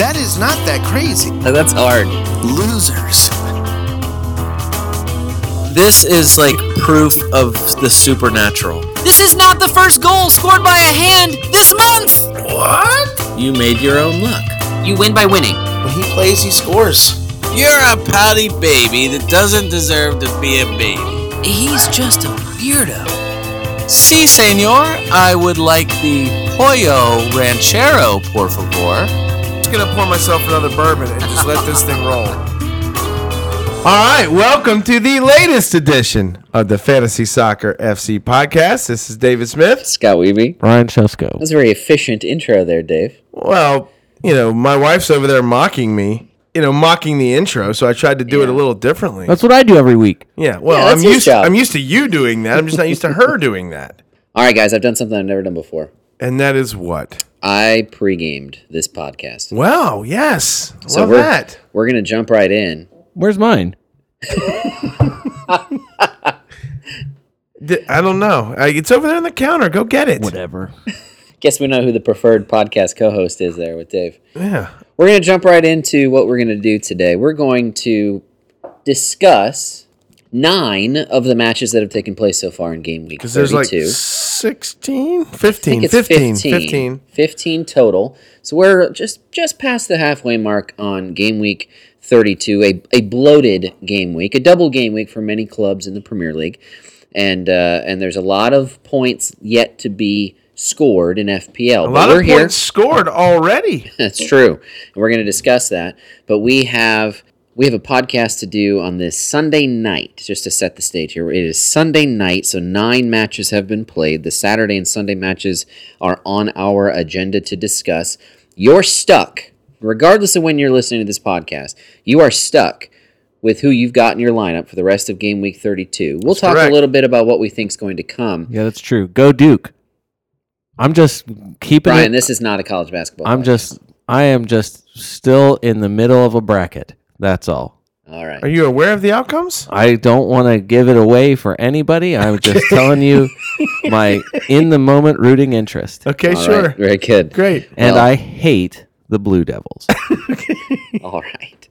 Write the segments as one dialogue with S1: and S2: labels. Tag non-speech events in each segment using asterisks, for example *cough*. S1: That is not that crazy.
S2: *laughs* That's hard.
S3: Losers.
S4: This is like proof of the supernatural.
S5: This is not the first goal scored by a hand this month!
S6: You made your own luck.
S2: You win by winning.
S1: When he plays, he scores.
S6: You're a pouty baby that doesn't deserve to be a baby.
S2: He's just a weirdo.
S6: Si, senor, I would like the Pollo Ranchero, por favor.
S7: I'm just gonna pour myself another bourbon and just let this thing roll.
S8: All right, welcome to the latest edition of the Fantasy Soccer FC podcast. This is David Smith.
S2: Scott Weeby.
S8: Ryan Chesko.
S2: That's a very efficient intro there, Dave.
S8: Well, you know, my wife's over there mocking me, you know, mocking the intro, so I tried to do it a little differently.
S9: That's what I do every week.
S8: yeah, well,
S2: Yeah, that's
S8: I'm
S2: his
S8: used
S2: job.
S8: I'm used to you doing that. I'm just not used to her *laughs* doing that.
S2: All right, guys, I've done something I've never done before.
S8: And that is what?
S2: I pre-gamed this podcast.
S8: Wow, yes. Love
S2: we're,
S8: that.
S2: We're gonna jump right in.
S9: Where's mine?
S8: D- I don't know. I, it's over there on the counter. Go get it.
S9: Whatever.
S2: Guess we know who the preferred podcast co-host is there with Dave.
S8: Yeah.
S2: We're gonna jump right into what we're gonna do today. We're going to discuss nine of the matches that have taken place so far in game week.
S8: Because there's like
S2: 32.
S8: 16,
S2: I think
S8: 15,
S2: it's
S8: 15, 15.
S2: 15 total. So we're just just past the halfway mark on game week 32, a, a bloated game week, a double game week for many clubs in the Premier League. And uh, and there's a lot of points yet to be scored in FPL.
S8: A
S2: But
S8: lot
S2: we're
S8: of
S2: here.
S8: points scored already.
S2: That's true. And we're going to discuss that. But we have we have a podcast to do on this Sunday night, just to set the stage here. It is Sunday night, so nine matches have been played. The Saturday and Sunday matches are on our agenda to discuss. You're stuck, regardless of when you're listening to this podcast, you are stuck with who you've got in your lineup for the rest of game week 32. We'll talk
S8: correct.
S2: a little bit about what we think's going to come.
S9: Yeah, that's true. Go Duke. I'm just keeping
S2: Brian,
S9: it.
S2: this is not a college basketball.
S9: I'm
S2: podcast.
S9: just. I am just still in the middle of a bracket. That's all.
S2: All right.
S8: Are you aware of the outcomes?
S9: I don't want to give it away for anybody.
S2: *laughs*
S9: I'm just telling you my in the moment rooting interest.
S8: Okay,
S2: All
S8: sure.
S2: right. Very good.
S8: Great.
S9: And
S2: Well-
S9: I hate the
S2: *laughs*
S9: Blue Devils.
S2: All right.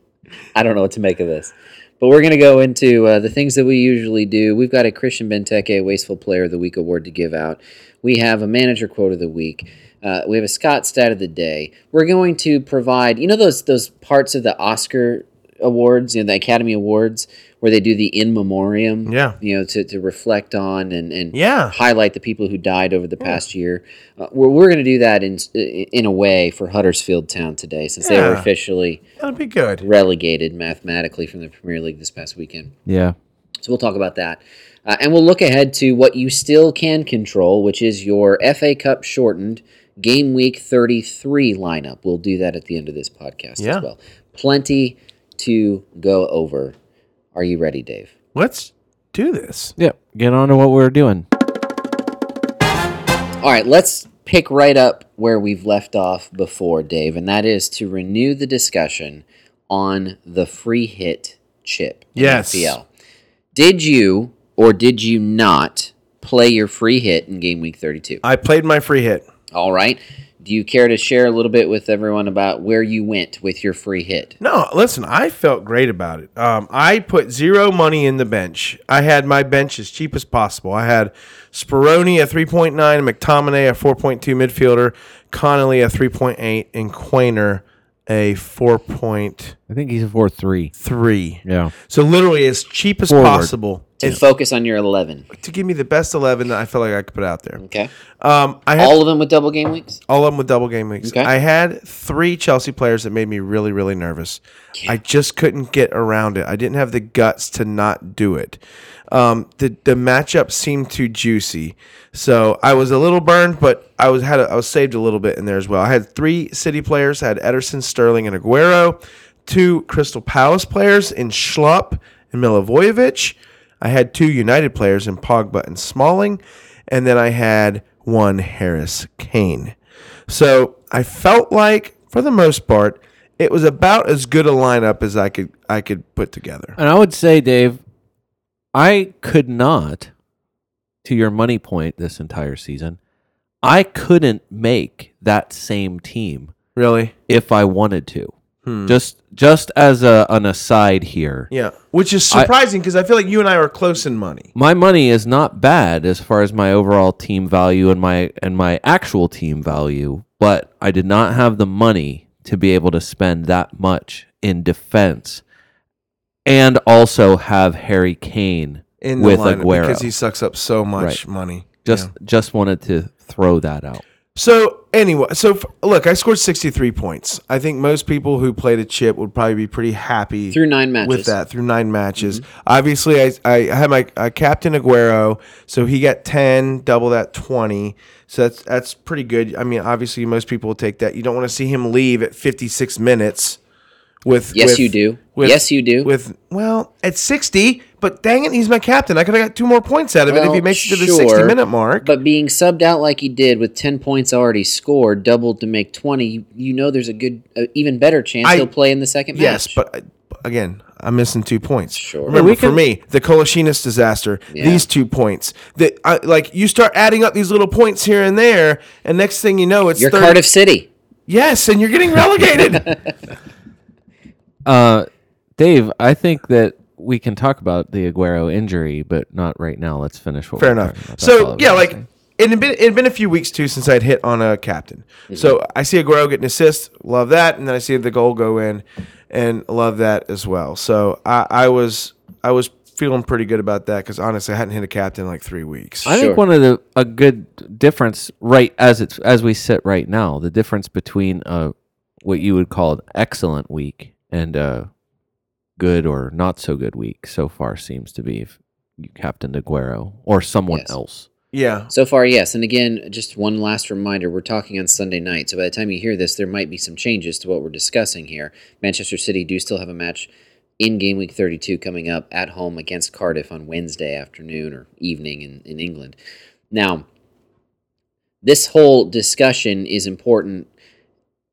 S2: I don't know what to make of this. But we're going to go into uh, the things that we usually do. We've got a Christian Benteke Wasteful Player of the Week award to give out. We have a manager quote of the week. Uh, we have a Scott stat of the day. We're going to provide, you know, those those parts of the Oscar awards, you know, the Academy Awards, where they do the in memoriam,
S8: Yeah.
S2: you know, to, to reflect on and, and
S8: Yeah.
S2: highlight the people who died over the past year. Uh, we're we're going to do that in in a way for Huddersfield Town today, since they were
S8: Yeah.
S2: officially
S8: That'll be good.
S2: relegated mathematically from the Premier League this past weekend.
S9: Yeah.
S2: So we'll talk about that. Uh, and we'll look ahead to what you still can control, which is your FA Cup shortened game week 33 lineup. We'll do that at the end of this podcast
S8: Yeah.
S2: as well. Plenty to go over. Are you ready, Dave?
S8: Let's do this.
S9: Yeah. Get on to what we're doing.
S2: All right, let's pick right up where we've left off before, Dave, and that is to renew the discussion on the free hit chip. in
S8: Yes.
S2: FPL. Did you or did you not play your free hit in game week 32?
S8: I played my free hit.
S2: All right. Do you care to share a little bit with everyone about where you went with your free hit?
S8: No, listen, I felt great about it. Um, I put zero money in the bench. I had my bench as cheap as possible. I had Speroni a 3.9, McTominay a 4.2 midfielder, Connolly a 3.8, and Quainer a 4.3.
S9: I think he's a 4 3. Yeah.
S8: So literally as cheap as
S9: Forward.
S8: possible
S2: To focus on your 11.
S8: to give me the best 11 that I felt like I could put out there.
S2: Okay.
S8: Um, I had
S2: All of them with double game weeks?
S8: All of them with double game weeks.
S2: Okay.
S8: I had three Chelsea players that made me really, really nervous. I just couldn't get around it. I didn't have the guts to not do it. Um, the the matchup seemed too juicy, so I was a little burned, but I was had a, I was saved a little bit in there as well. I had three City players. I had Ederson, Sterling, and Aguero. two Crystal Palace players in Schlupp and Milivojevic. I had two United players in Pogba and Smalling, and then I had one Harris Kane. So I felt like, for the most part, it was about as good a lineup as I could I could put together.
S9: And I would say, Dave, I could not, to your money point this entire season, I couldn't make that same team
S8: Really?
S9: if I wanted to. Just just as a, an aside here.
S8: Yeah. Which is
S9: I-
S8: surprising because I, feel like you and I are close in money.
S9: My money is not bad as far as my overall team value and my and my actual team value, but I did not have the money to be able to spend that much in defense and also have Harry Kane
S8: in
S9: with
S8: the lineup
S9: Aguero.
S8: because he sucks up so much
S9: Right.
S8: money.
S9: just
S8: Yeah.
S9: just wanted to throw that out.
S8: so anyway, so f- look, I scored sixty three points. I think most people who played a chip would probably be pretty happy
S2: Through nine matches. Mm-hmm.
S8: with that through nine matches. Obviously, I I had my uh, captain Aguero, so he got ten, double that twenty. So that's that's pretty good. I mean, obviously, most people will take that. You don't want to see him leave at fifty six minutes. With
S2: Yes,
S8: with-
S2: you do. Yes, you do.
S8: With well, at sixty, but dang it, he's my captain. I could have got two more points out of it if he
S2: Well,
S8: makes it to the
S2: sure,
S8: sixty minute mark.
S2: But being subbed out like he did with 10 points already scored, doubled to make 20, you, you know there's a good, uh, even better chance
S8: I-
S2: he'll play in the second
S8: Yes,
S2: match.
S8: but I- again, I'm missing two points.
S2: Sure.
S8: Remember, for me, the Koloshinas disaster, these two points. That I, like you start adding up these little points here and there, and next thing you know, it's
S2: You're
S8: third-
S2: Cardiff City.
S8: Yes, and you're getting
S9: *laughs*
S8: relegated.
S9: Uh, Dave, I think that we can talk about the Aguero injury, but not right now. Let's finish what
S8: Fair
S9: we're talking
S8: enough.
S9: about. That's all I
S8: So
S9: was
S8: yeah,
S9: gonna
S8: like
S9: say.
S8: it had been it had been a few weeks too since I'd hit on a captain.
S9: Mm-hmm.
S8: So I see Aguero get an assist, love that, and then I see the goal go in, and love that as well. So I, I was I was feeling pretty good about that because honestly, I hadn't hit a captain in like three weeks.
S9: I
S2: Sure.
S9: think one of the a good difference right as it's as we sit right now, the difference between uh what you would call an excellent week and a good or not so good week so far seems to be if you captain Aguero or someone
S2: Yes.
S9: else.
S8: yeah,
S2: So far, yes. And again, just one last reminder we're talking on Sunday night. So by the time you hear this, there might be some changes to what we're discussing here. Manchester City do still have a match in game week 32 coming up at home against Cardiff on Wednesday afternoon or evening in, in England. Now, this whole discussion is important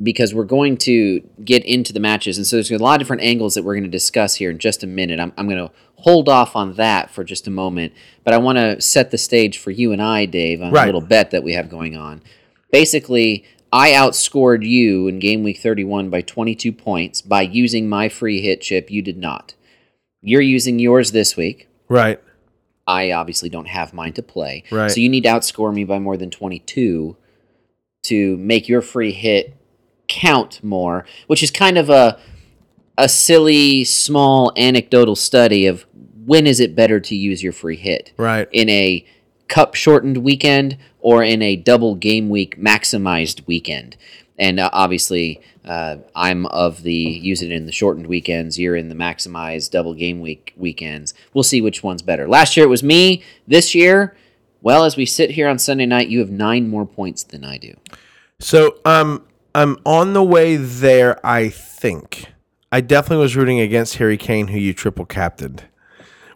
S2: because we're going to get into the matches. And so there's a lot of different angles that we're going to discuss here in just a minute. I'm, I'm going to hold off on that for just a moment, but I want to set the stage for you and I, Dave, on
S8: Right.
S2: a little bet that we have going on. Basically, I outscored you in game week 31 by 22 points by using my free hit chip. You did not. You're using yours this week.
S8: right.
S2: I obviously don't have mine to play.
S8: Right.
S2: So you need to outscore me by more than 22 to make your free hit count more, which is kind of a a silly small anecdotal study of when is it better to use your free hit?
S8: Right.
S2: In a cup shortened weekend or in a double game week maximized weekend. And uh, obviously, uh, I'm of the use it in the shortened weekends. You're in the maximized double game week weekends. We'll see which one's better. Last year it was me. This year, well, as we sit here on Sunday night, you have nine more points than I do.
S8: So um, I'm on the way there. I think I definitely was rooting against Harry Kane, who you triple captained.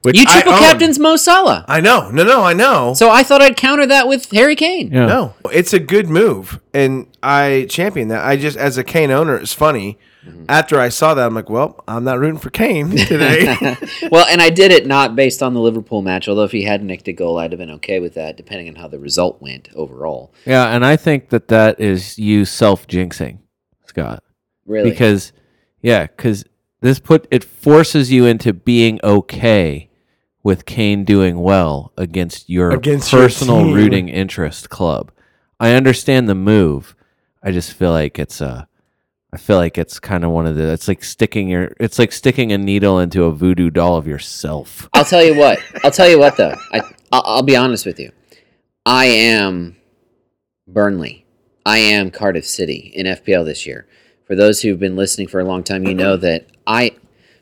S8: Which
S2: You
S8: I
S2: triple
S8: own.
S2: captain's Mo Salah.
S8: I know. No, no, I know.
S2: So I thought I'd counter that with Harry Kane.
S9: Yeah.
S8: no, it's a good move, and I champion that. I just, as a Kane owner, it's funny.
S2: Mm-hmm.
S8: After I saw that, I'm like, well, I'm not rooting for
S2: *laughs*
S8: Kane today.
S2: Well, and I did it not based on the Liverpool match, although if he had nicked a goal, I'd have been okay with that, depending on how the result went overall.
S9: Yeah, and I think that that is you self jinxing, Scott.
S2: Really?
S9: because yeah because this put it forces you into being okay with kane doing well against your
S8: Against your
S9: personal
S8: team.
S9: rooting interest club i understand the move i just feel like it's a i feel like it's kind of one of the it's like sticking your it's like sticking a needle into a voodoo doll of yourself
S2: I'll tell you what. I'll tell you what, though. I, I'll, I'll be honest with you. I am Burnley. I am Cardiff City in FPL this year. For those who've been listening for a long time, you know that I.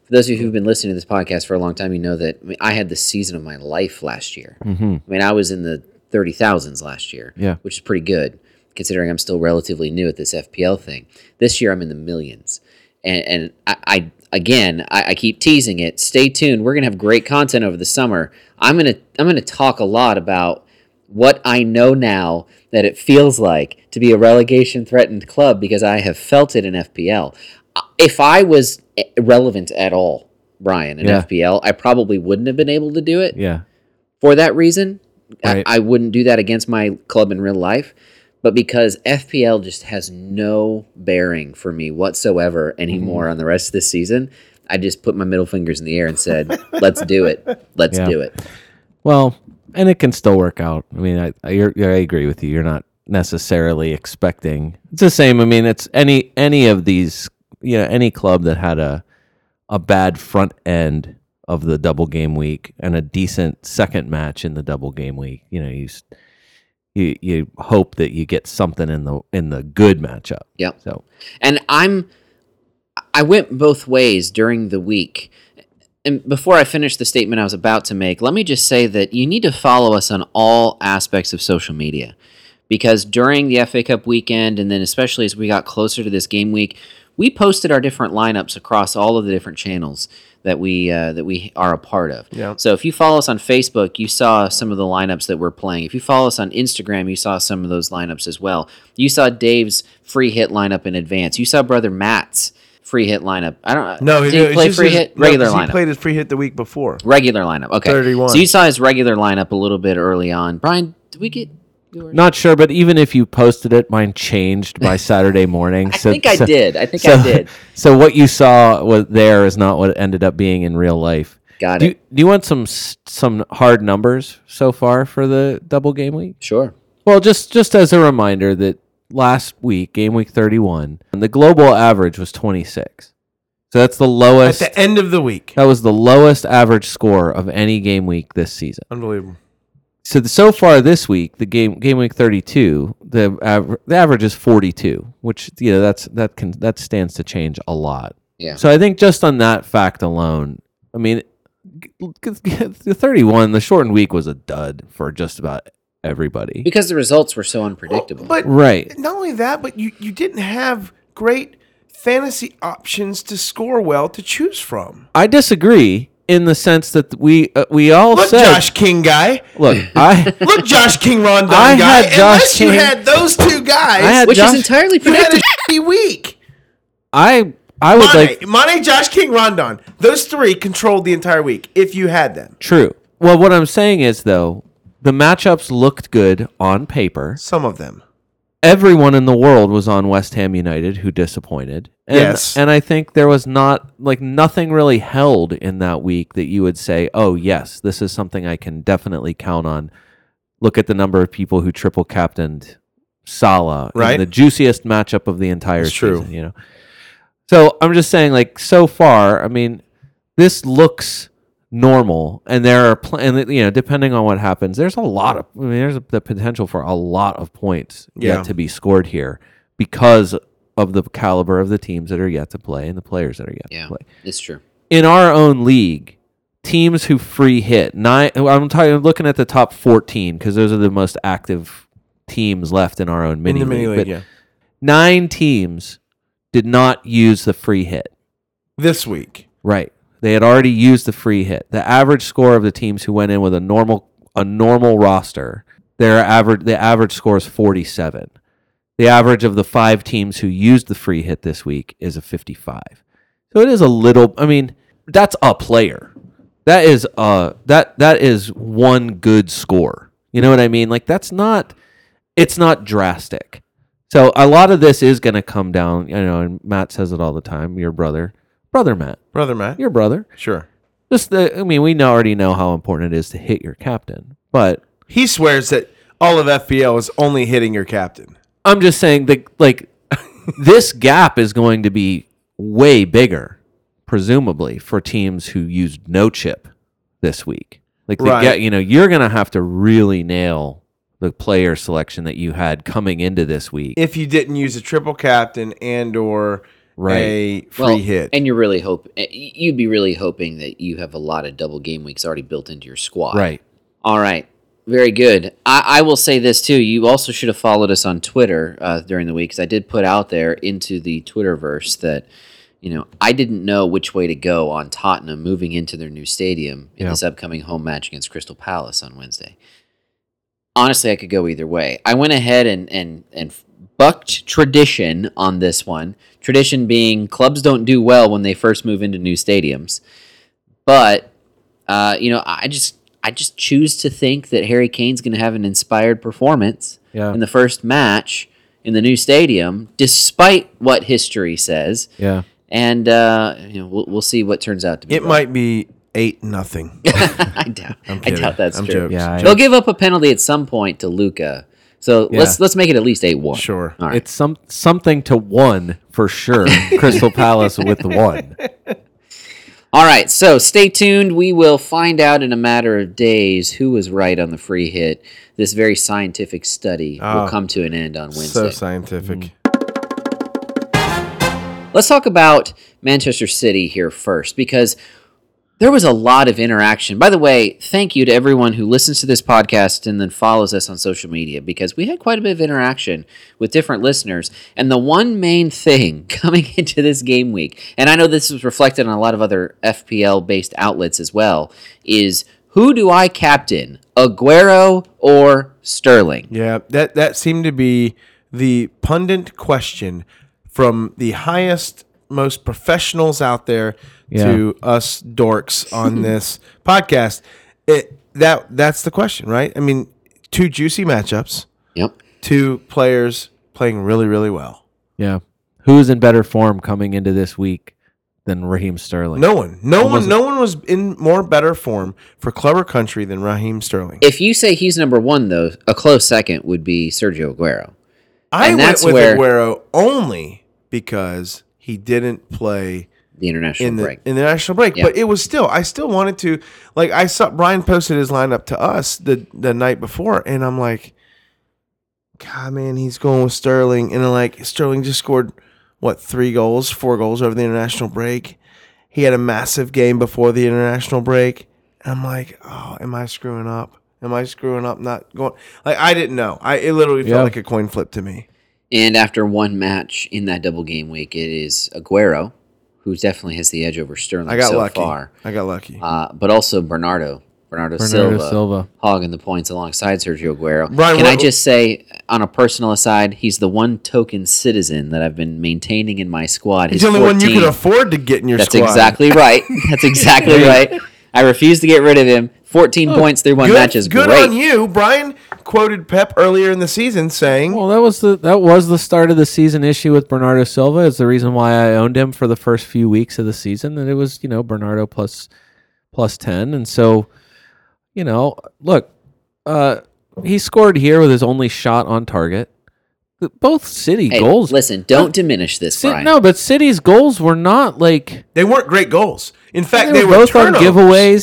S2: For those of you who've been listening to this podcast for a long time, you know that I, mean, I had the season of my life last year.
S9: mm-hmm.
S2: I mean, I was in the thirty thousands last year,
S9: Yeah.
S2: which is pretty good considering I'm still relatively new at this FPL thing. This year, I'm in the millions, and and I, I again I, I keep teasing it. Stay tuned. We're gonna have great content over the summer. I'm gonna I'm gonna talk a lot about what I know now that it feels like to be a relegation threatened club because I have felt it in FPL. Uh, If I was i- relevant at all, Brian, in
S9: Yeah.
S2: FPL, I probably wouldn't have been able to do it
S9: Yeah.
S2: for that reason.
S9: Right.
S2: I, I wouldn't do that against my club in real life, but because FPL just has no bearing for me whatsoever
S9: Mm-hmm.
S2: anymore on the rest of this season, I just put my middle fingers in the air and said, "Let's do it. Let's
S9: Yeah.
S2: do it."
S9: Well, and it can still work out. I mean, I I, you're, I agree with you. You're not necessarily expecting. It's the same. I mean, it's any any of these, you know, any club that had a a bad front end of the double game week and a decent second match in the double game week. You know, you s- you you hope that you get something in the in the good matchup.
S2: Yep.
S9: So
S2: and I'm I went both ways during the week. And before I finish the statement I was about to make, let me just say that you need to follow us on all aspects of social media because during the FA Cup weekend and then especially as we got closer to this game week, we posted our different lineups across all of the different channels that we uh, that we are a part of.
S8: Yeah.
S2: So if you follow us on Facebook, you saw some of the lineups that we're playing. If you follow us on Instagram, you saw some of those lineups as well. You saw Dave's free hit lineup in advance. You saw brother Matt's free hit lineup. I don't
S8: No,
S2: Did
S8: he-
S2: he
S8: it's
S2: play
S8: just
S2: free
S8: his-
S2: hit
S8: no,
S2: regular
S8: 'cause
S2: lineup.
S8: He played his free hit the week before.
S2: regular lineup. Okay.
S8: 31.
S2: So you saw his regular lineup a little bit early on. Brian, did we get yours?
S9: not sure, but even if you posted it, mine
S2: *laughs*
S9: changed by Saturday morning.
S2: I think I did. I think
S9: so,
S2: I did.
S9: *laughs* So what you saw was there is not what it ended up being in real life.
S2: Got
S9: do
S2: it.
S9: You, do you want some s- some hard numbers so far for the double game week?
S2: Sure.
S9: Well, just just as a reminder that last week, game week thirty one, the global average was twenty six. So that's the
S8: At
S9: lowest.
S8: the end of the week.
S9: that was the lowest average score of any game week this season
S8: Unbelievable.
S9: so the, so far this week, the game game week thirty two, the aver- the average is forty two, which you know that's that can that stands to change a lot.
S2: Yeah.
S9: So I think just on that fact alone, I mean, g- g- the thirty one, the shortened week was a dud for just about everybody.
S2: Because the results were so unpredictable.
S8: But
S9: Right.
S8: not only that, but you, you didn't have great fantasy options to score well to choose from.
S9: I disagree in the sense that we uh, we all
S8: Look,
S9: said
S8: Josh King guy.
S9: look I.
S8: Look, Josh King Rondon
S9: *laughs* I
S8: guy.
S9: had Josh
S8: Unless
S9: King-
S8: you had those two guys,
S9: I had
S2: which
S9: Josh-
S2: is entirely
S8: you had
S9: *laughs*
S2: predictable.
S8: a shitty week.
S9: I I would
S8: Mane,
S9: like
S8: Mane, Josh King, Rondon. Those three controlled the entire week if you had them.
S9: true. Well, what I'm saying is though, the matchups looked good on paper.
S8: Some of them.
S9: everyone in the world was on West Ham United who disappointed. And,
S8: Yes.
S9: And I think there was not, like, nothing really held in that week that you would say, oh, yes, this is something I can definitely count on. Look at the number of people who triple captained Salah in
S8: Right.
S9: the juiciest matchup of the entire
S8: It's true.
S9: season, you know. So I'm just saying, like, so far, I mean, this looks normal, and there are pl- and you know, depending on what happens, there's a lot of I mean, there's the potential for a lot of points
S8: Yeah.
S9: yet to be scored here because of the caliber of the teams that are yet to play and the players that are yet
S2: Yeah.
S9: to play
S2: It's true.
S9: in our own league. Teams who free hit nine. I'm talking. I'm looking at the top 14 because those are the most active teams left in our own mini
S8: in the mini
S9: league.
S8: league,
S9: But
S8: yeah.
S9: nine teams did not use the free hit.
S8: This week.
S9: Right. They had already used the free hit. The average score of the teams who went in with a normal a normal roster, their average the average score is 47. The average of the 5 teams who used the free hit this week is a 55. So it is a little I mean, that's a player. That is uh that that is one good score. You know what I mean? Like that's not it's not drastic. So a lot of this is going to come down, you know, and Matt says it all the time, your brother, brother Matt
S8: Brother Matt.
S9: your brother.
S8: Sure.
S9: Just the, I mean, we know, already know how important it is to hit your captain, but
S8: He swears that all of FBL is only hitting your captain.
S9: I'm just saying that like *laughs* this gap is going to be way bigger, presumably for teams who used no chip this week. Like the
S8: Right.
S9: ga- you know, you're gonna have to really nail the player selection that you had coming into this week.
S8: If you didn't use a triple captain and or a
S9: Right.
S8: free hit.
S2: and you're really hope eh, you'd be really hoping that you have a lot of double game weeks already built into your squad.
S9: right.
S2: All right. Very good. I, I will say this too. You also should have followed us on Twitter uh, during the week because I did put out there into the Twitterverse that you know, I didn't know which way to go on Tottenham moving into their new stadium in
S9: Yeah.
S2: this upcoming home match against Crystal Palace on Wednesday. Honestly, I could go either way. I went ahead and and and bucked tradition on this one. Tradition being clubs don't do well when they first move into new stadiums, but uh, you know, I just I just choose to think that Harry Kane's going to have an inspired performance
S9: Yeah.
S2: in the first match in the new stadium, despite what history says.
S9: Yeah.
S2: And uh, you know, we'll, we'll see what turns out to be.
S8: It might be eight nothing.
S2: *laughs* I doubt. I
S8: kidding.
S2: doubt that's
S8: *laughs* I'm
S2: true.
S8: joking.
S9: Yeah. I-
S2: They'll give up a penalty at some point to Luca. So let's let's make it at least eight one.
S8: Sure.
S2: All right.
S9: It's some something to one for *laughs* sure. Crystal Palace with the one.
S2: All right, so stay tuned. We will find out in a matter of days who was right on the free hit. This very scientific study will
S8: Oh.
S2: come to an end on Wednesday.
S8: So scientific.
S2: Let's talk about Manchester City here first because there was a lot of interaction. By the way, thank you to everyone who listens to this podcast and then follows us on social media because we had quite a bit of interaction with different listeners. And the one main thing *laughs* coming into this game week, and I know this was reflected on a lot of other FPL based outlets as well, is who do I captain, Aguero or Sterling?
S8: Yeah, that that seemed to be the pundit question from the highest most professionals out there to us dorks on this podcast. It that that's the question, right? I mean, two juicy matchups,
S2: Yep.
S8: two players playing really really well.
S9: Yeah. Who's in better form coming into this week than Raheem Sterling?
S8: No one, no one, no one was in more better form for clubber country than Raheem Sterling.
S2: If you say he's number one, though, a close second would be Sergio Aguero.
S8: I
S2: and
S8: went
S2: that's
S8: with
S2: where-
S8: Aguero only because he didn't play
S2: the international
S8: in the
S2: break.
S8: in the national break.
S2: Yeah.
S8: But it was still, I still wanted to, like, I saw Brian posted his lineup to us the the night before, and I'm like, God, man, he's going with Sterling, and I'm like, Sterling just scored what three goals, four goals over the international break. He had a massive game before the international break. And I'm like, oh, am I screwing up? Am I screwing up? Not going like I didn't know. I it literally felt
S9: Yeah.
S8: like a coin flip to me.
S2: and after one match in that double game week, it is Aguero, who definitely has the edge over Sterling
S8: I got
S2: so
S8: lucky.
S2: far,
S8: I got lucky.
S2: uh, but also Bernardo. Bernardo,
S9: Bernardo
S2: Silva,
S9: Silva.
S2: hogging the points alongside Sergio Aguero.
S8: Brian,
S2: Can
S8: what-
S2: I just say, on a personal aside, he's the one token citizen that I've been maintaining in my squad.
S8: He's
S2: His
S8: the only one you
S2: 14
S8: could afford to get in your
S2: That's
S8: squad.
S2: exactly right.
S8: *laughs*
S2: That's exactly right. I refuse to get rid of him. 14 points through one
S8: Oh, good,
S2: match is
S8: good
S2: great.
S8: on you. Brian quoted Pep earlier in the season saying,
S9: Well, that was the that was the start of the season issue with Bernardo Silva. Is the reason why I owned him for the first few weeks of the season, and it was you know Bernardo plus plus ten, and so you know look, uh, he scored here with his only shot on target. The- Both City
S2: Hey,
S9: goals.
S2: Listen, don't diminish this,
S9: Ci-
S2: Brian.
S9: no, but City's goals were not like
S8: they weren't great goals. In fact,
S9: they, were, both on
S8: turnovers.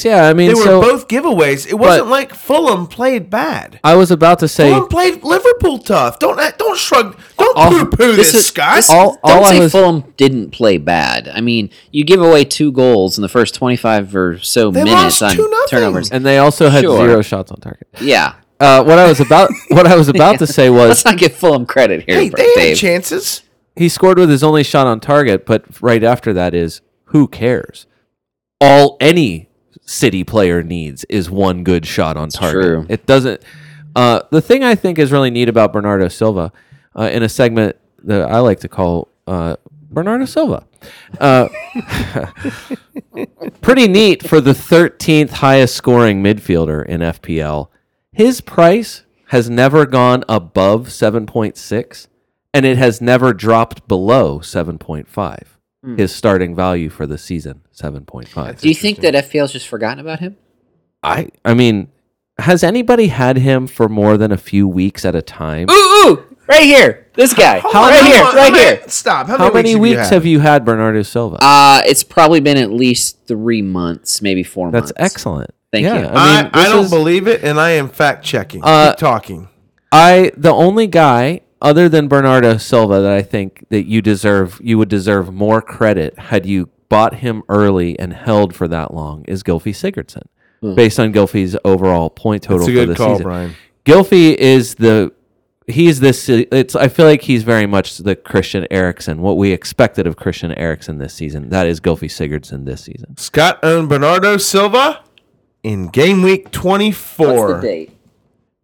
S9: giveaways. Yeah, I mean,
S8: They were
S9: so
S8: both giveaways. It wasn't like Fulham played bad.
S9: I was about to say
S8: Fulham played Liverpool tough. Don't act- don't shrug. Don't
S9: All-
S8: poo poo this,
S2: This is-
S8: Scott.
S2: this-
S9: All-
S2: don't
S9: all I
S2: say
S9: was-
S2: Fulham didn't play bad. I mean, you give away two goals in the first twenty-five or so
S8: They
S2: minutes
S8: lost
S2: on
S8: 2-0.
S2: turnovers.
S9: and they also had
S2: Sure.
S9: zero shots on target.
S2: Yeah,
S9: Uh, what I was about *laughs* what I was about to say
S2: *laughs*
S9: was
S2: let's not give Fulham credit here,
S8: hey,
S2: Br-
S8: they had
S2: Dave.
S8: chances.
S9: he scored with his only shot on target, but right after that is who cares? All any city player needs is one good shot on target.
S2: true.
S9: It doesn't. Uh, the thing I think is really neat about Bernardo Silva uh, in a segment that I like to call uh, Bernardo Silva. Uh, *laughs* pretty neat for the 13th highest scoring midfielder in FPL. His price has never gone above 7.6 and it has never dropped below 7.5.
S2: Hmm.
S9: His starting value for the season 7.5.
S2: Do you think that FPL's just forgotten about him?
S9: I I mean, has anybody had him for more than a few weeks at a time?
S2: Ooh, ooh, right here, this guy, right
S8: How
S2: here,
S8: long-
S2: right
S8: how many-
S2: here.
S8: Stop. How,
S9: How many
S8: have you
S9: weeks
S8: had?
S9: have you had Bernardo Silva?
S2: Uh, it's probably been at least three months, maybe four
S9: That's
S2: months.
S9: excellent.
S2: Thank
S9: yeah,
S2: you.
S9: I,
S8: I,
S9: mean,
S8: I
S9: this
S8: don't
S9: is-
S8: believe it, and I am fact checking.
S9: Uh,
S8: Keep talking.
S9: I the only guy other than Bernardo Silva that I think that you deserve you would deserve more credit had you bought him early and held for that long is Gilfy Sigurdsson. Based on Gilfy's overall point total
S8: That's a
S9: for
S8: good
S9: the
S8: call,
S9: season.
S8: Brian.
S9: Gilfy is the he's this. It's I feel like he's very much the Christian Erickson. What we expected of Christian Erickson this season. That is Gilfy Sigurdsson this season.
S8: Scott owned Bernardo Silva in game week 24.
S2: What's the date?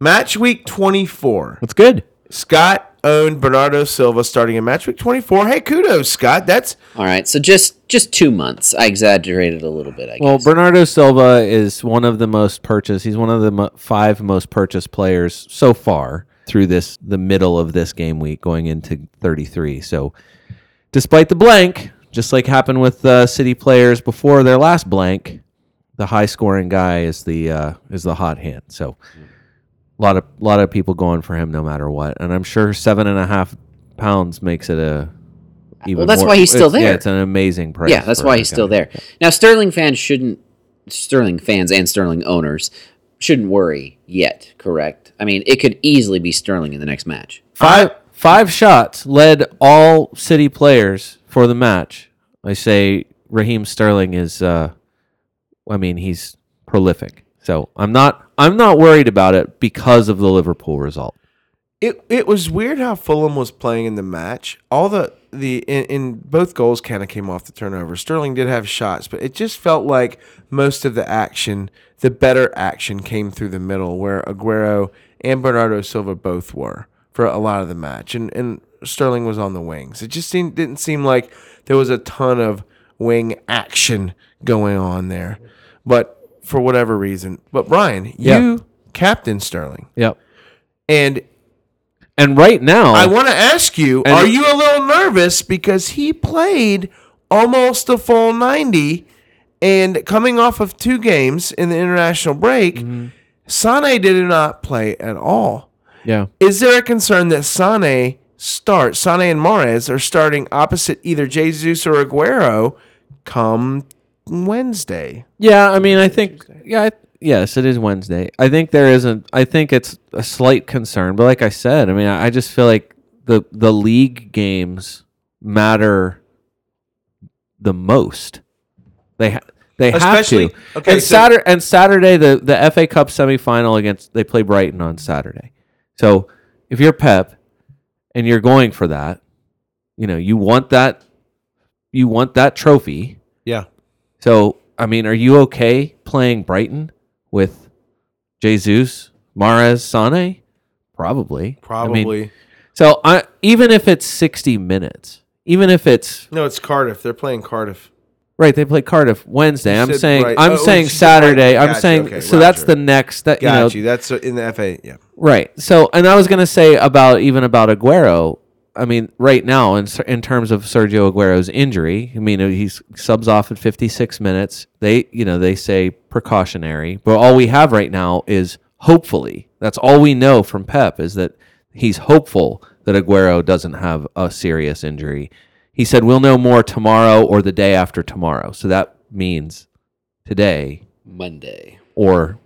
S8: Match week 24.
S9: That's good.
S8: Scott owned Bernardo Silva starting in match week 24. Hey, kudos, Scott. That's
S2: All right, so just just two months. I exaggerated a little bit. I guess.
S9: Well, Bernardo Silva is one of the most purchased. He's one of the mo- five most purchased players so far through this the middle of this game week, going into 33. So, despite the blank, just like happened with uh, City players before their last blank, the high scoring guy is the uh, is the hot hand. So, a lot of lot of people going for him no matter what, and I'm sure seven and a half pounds makes it a even
S2: Well, that's
S9: more-
S2: why he's still
S9: it's- Yeah,
S2: there.
S9: it's an amazing price.
S2: yeah, that's
S9: for
S2: why
S9: a
S2: he's
S9: guy.
S2: still there. Now, Sterling fans shouldn't, Sterling fans and Sterling owners shouldn't worry yet. Correct? I mean, it could easily be Sterling in the next match.
S9: Five five shots led all City players for the match. I say Raheem Sterling is. Uh, I mean, he's prolific. So I'm not. I'm not worried about it because of the Liverpool result.
S8: it it was weird how Fulham was playing in the match. All the the in, in both goals kind of came off the turnover. Sterling did have shots, but it just felt like most of the action, the better action, came through the middle, where Aguero and Bernardo Silva both were for a lot of the match, and and Sterling was on the wings. It just seemed, didn't seem like there was a ton of wing action going on there, but for whatever reason. But Brian,
S9: Yeah.
S8: you captain Sterling,
S9: Yep.
S8: and
S9: And right now,
S8: I want to ask you:
S9: And-
S8: Are you a little nervous because he played almost the full ninety, and coming off of two games in the international break,
S9: Mm-hmm.
S8: Sane did not play at all.
S9: yeah.
S8: Is there a concern that Sane starts? Sane and Mares are starting opposite either Jesus or Aguero come Wednesday.
S9: Yeah, I mean, I think yeah, I, yes, it is Wednesday. I think there is a. I think it's a slight concern, but like I said, I mean, I, I just feel like the the league games matter the most. They ha- they
S8: Especially-
S9: have to.
S8: okay,
S9: and
S8: so-
S9: Saturday and Saturday the the FA Cup semifinal against they play Brighton on Saturday. So if you're Pep and you're going for that, you know you want that you want that trophy.
S8: Yeah,
S9: So, I mean, are you okay playing Brighton with Jesus, Mares, Sane? Probably.
S8: probably.
S9: I mean, so, I, even if it's 60 minutes, even if it's
S8: no, it's Cardiff. They're playing Cardiff.
S9: right, they play Cardiff Wednesday.
S8: You
S9: I'm
S8: said
S9: saying,
S8: Bright-
S9: I'm
S8: oh,
S9: saying
S8: she said Brighton.
S9: Saturday. I'm
S8: Gotcha,
S9: saying,
S8: okay,
S9: so that's
S8: Roger.
S9: the next that
S8: Got
S9: you know,
S8: you. That's in the FA. Yeah.
S9: Right. So, and I was going to say about even about Aguero. I mean, right now, in ser- in terms of Sergio Aguero's injury, I mean, he subs off at 56 minutes. They, you know, they say precautionary, but all we have right now is hopefully. That's all we know from Pep is that he's hopeful that Aguero doesn't have a serious injury. He said we'll know more tomorrow or the day after tomorrow. So that means today
S2: Monday.
S9: or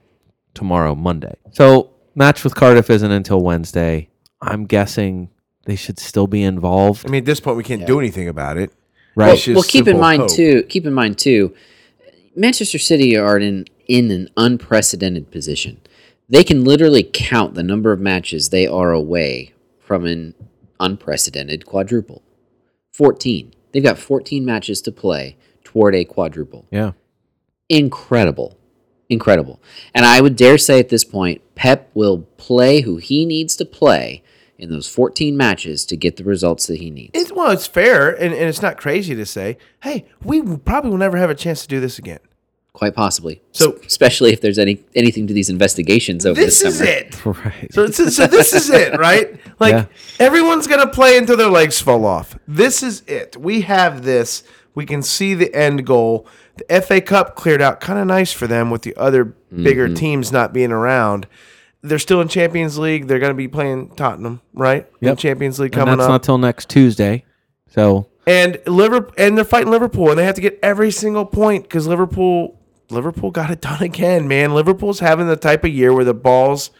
S9: tomorrow, Monday. So match with Cardiff isn't until Wednesday. I'm guessing they should still be involved.
S8: I mean, at this point, we can't do anything about it.
S9: Right.
S8: It's just
S2: Well, well, keep in
S8: simple
S2: mind
S8: hope.
S2: too. Keep in mind too. Manchester City are in in an unprecedented position. They can literally count the number of matches they are away from an unprecedented quadruple. Fourteen. They've got fourteen matches to play toward a quadruple.
S9: Yeah. *laughs*
S2: incredible. Incredible. And I would dare say at this point, Pep will play who he needs to play in those 14 matches to get the results that he needs.
S8: It's well, it's fair, and, and it's not crazy to say, hey, we will- probably will never have a chance to do this again.
S2: Quite possibly.
S8: So-
S2: S- especially if there's any anything to these investigations over
S8: This
S2: the
S8: is
S2: summer.
S8: it.
S9: Right.
S8: So, so, so this is
S9: *laughs*
S8: it, right? Like
S9: Yeah.
S8: everyone's gonna play until their legs fall off. This is it. We have this. We can see the end goal. The FA Cup cleared out kind of nice for them with the other bigger
S9: Mm-hmm.
S8: teams not being around. They're still in Champions League. They're gonna be playing Tottenham, right? In
S9: Yep.
S8: Champions League
S9: And
S8: coming
S9: that's
S8: up.
S9: not till next Tuesday. So
S8: And Liverpool, and they're fighting Liverpool, and they have to get every single point because Liverpool, Liverpool got it done *laughs* again, man. Liverpool's having the type of year where the ball's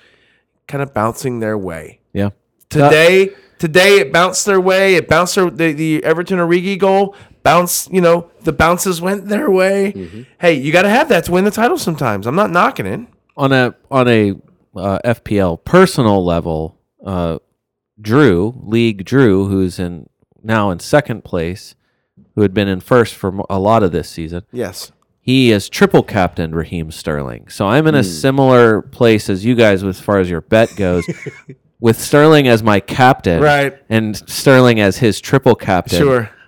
S8: kind of bouncing their way.
S9: yeah.
S8: Today, today it bounced their way. It bounced their, the the Everton Origi goal. Bounce, you know, the bounces went their way.
S9: Mm-hmm.
S8: Hey, you got to have that to win the title. Sometimes I'm not knocking it.
S9: on a on a uh, FPL personal level, uh, Drew, League Drew, who's in now in second place, who had been in first for mo- a lot of this season,
S8: Yes.
S9: he is triple captained Raheem Sterling. So I'm
S8: Hmm.
S9: in a similar place as you guys as far as your bet
S8: *laughs*
S9: goes. With Sterling as my captain,
S8: Right.
S9: and Sterling as his triple captain,
S8: Sure.
S9: *laughs*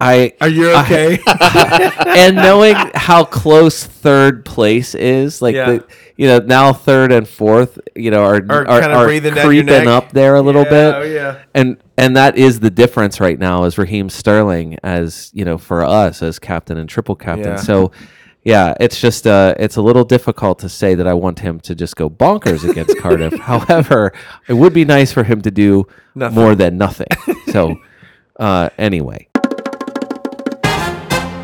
S9: I
S8: Are you okay?
S9: and knowing how close third place is, like
S8: Yeah.
S9: the, you know, now third and fourth, you know, are
S8: Are
S9: are,
S8: kinda
S9: are
S8: breathing down your
S9: creeping
S8: neck.
S9: up there a little
S8: Yeah,
S9: bit.
S8: oh, yeah.
S9: and and that is the difference right now is Raheem Sterling as you know for us as captain and triple captain.
S8: Yeah.
S9: So. Yeah, it's just uh, it's a little difficult to say that I want him to just go bonkers against Cardiff. However, it would be nice for him to do more than nothing. So, uh, anyway,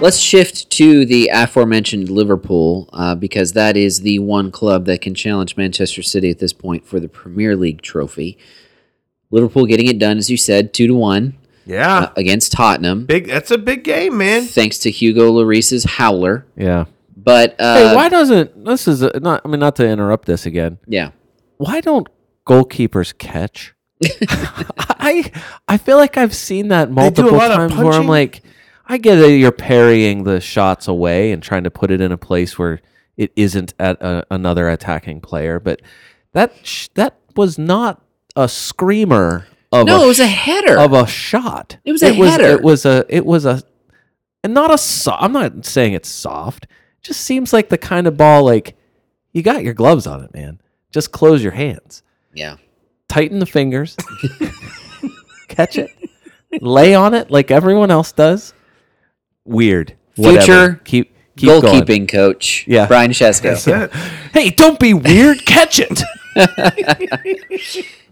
S2: Let's shift to the aforementioned Liverpool uh, because that is the one club that can challenge Manchester City at this point for the Premier League trophy. Liverpool getting it done, as you said, two to one
S8: yeah.
S2: uh, against Tottenham,
S8: big. That's a big game, man.
S2: thanks to Hugo Lloris's howler.
S9: yeah.
S2: But uh,
S9: Hey, why doesn't this is a, not? I mean, not to interrupt this again.
S2: yeah,
S9: Why don't goalkeepers catch? *laughs* I I feel like I've seen that multiple
S8: lot of
S9: times where I'm
S8: punching.
S9: like, I get that you're parrying the shots away and trying to put it in a place where it isn't at a, another attacking player, but that sh- that was not a screamer of
S2: no,
S9: a
S2: it was a header.
S9: of a shot.
S2: It was a header.
S9: It was a. It was a. And not a. So, I'm not saying it's soft. Just seems like the kind of ball like you got your gloves on it, man. Just close your hands,
S2: yeah,
S9: tighten the fingers, *laughs* catch it, lay on it like everyone else does. Weird. Whatever.
S2: Future
S9: keep keep
S2: goalkeeping
S9: going.
S2: coach,
S9: Yeah.
S2: Brian Chesko.
S9: *laughs* Hey, don't be weird. Catch it.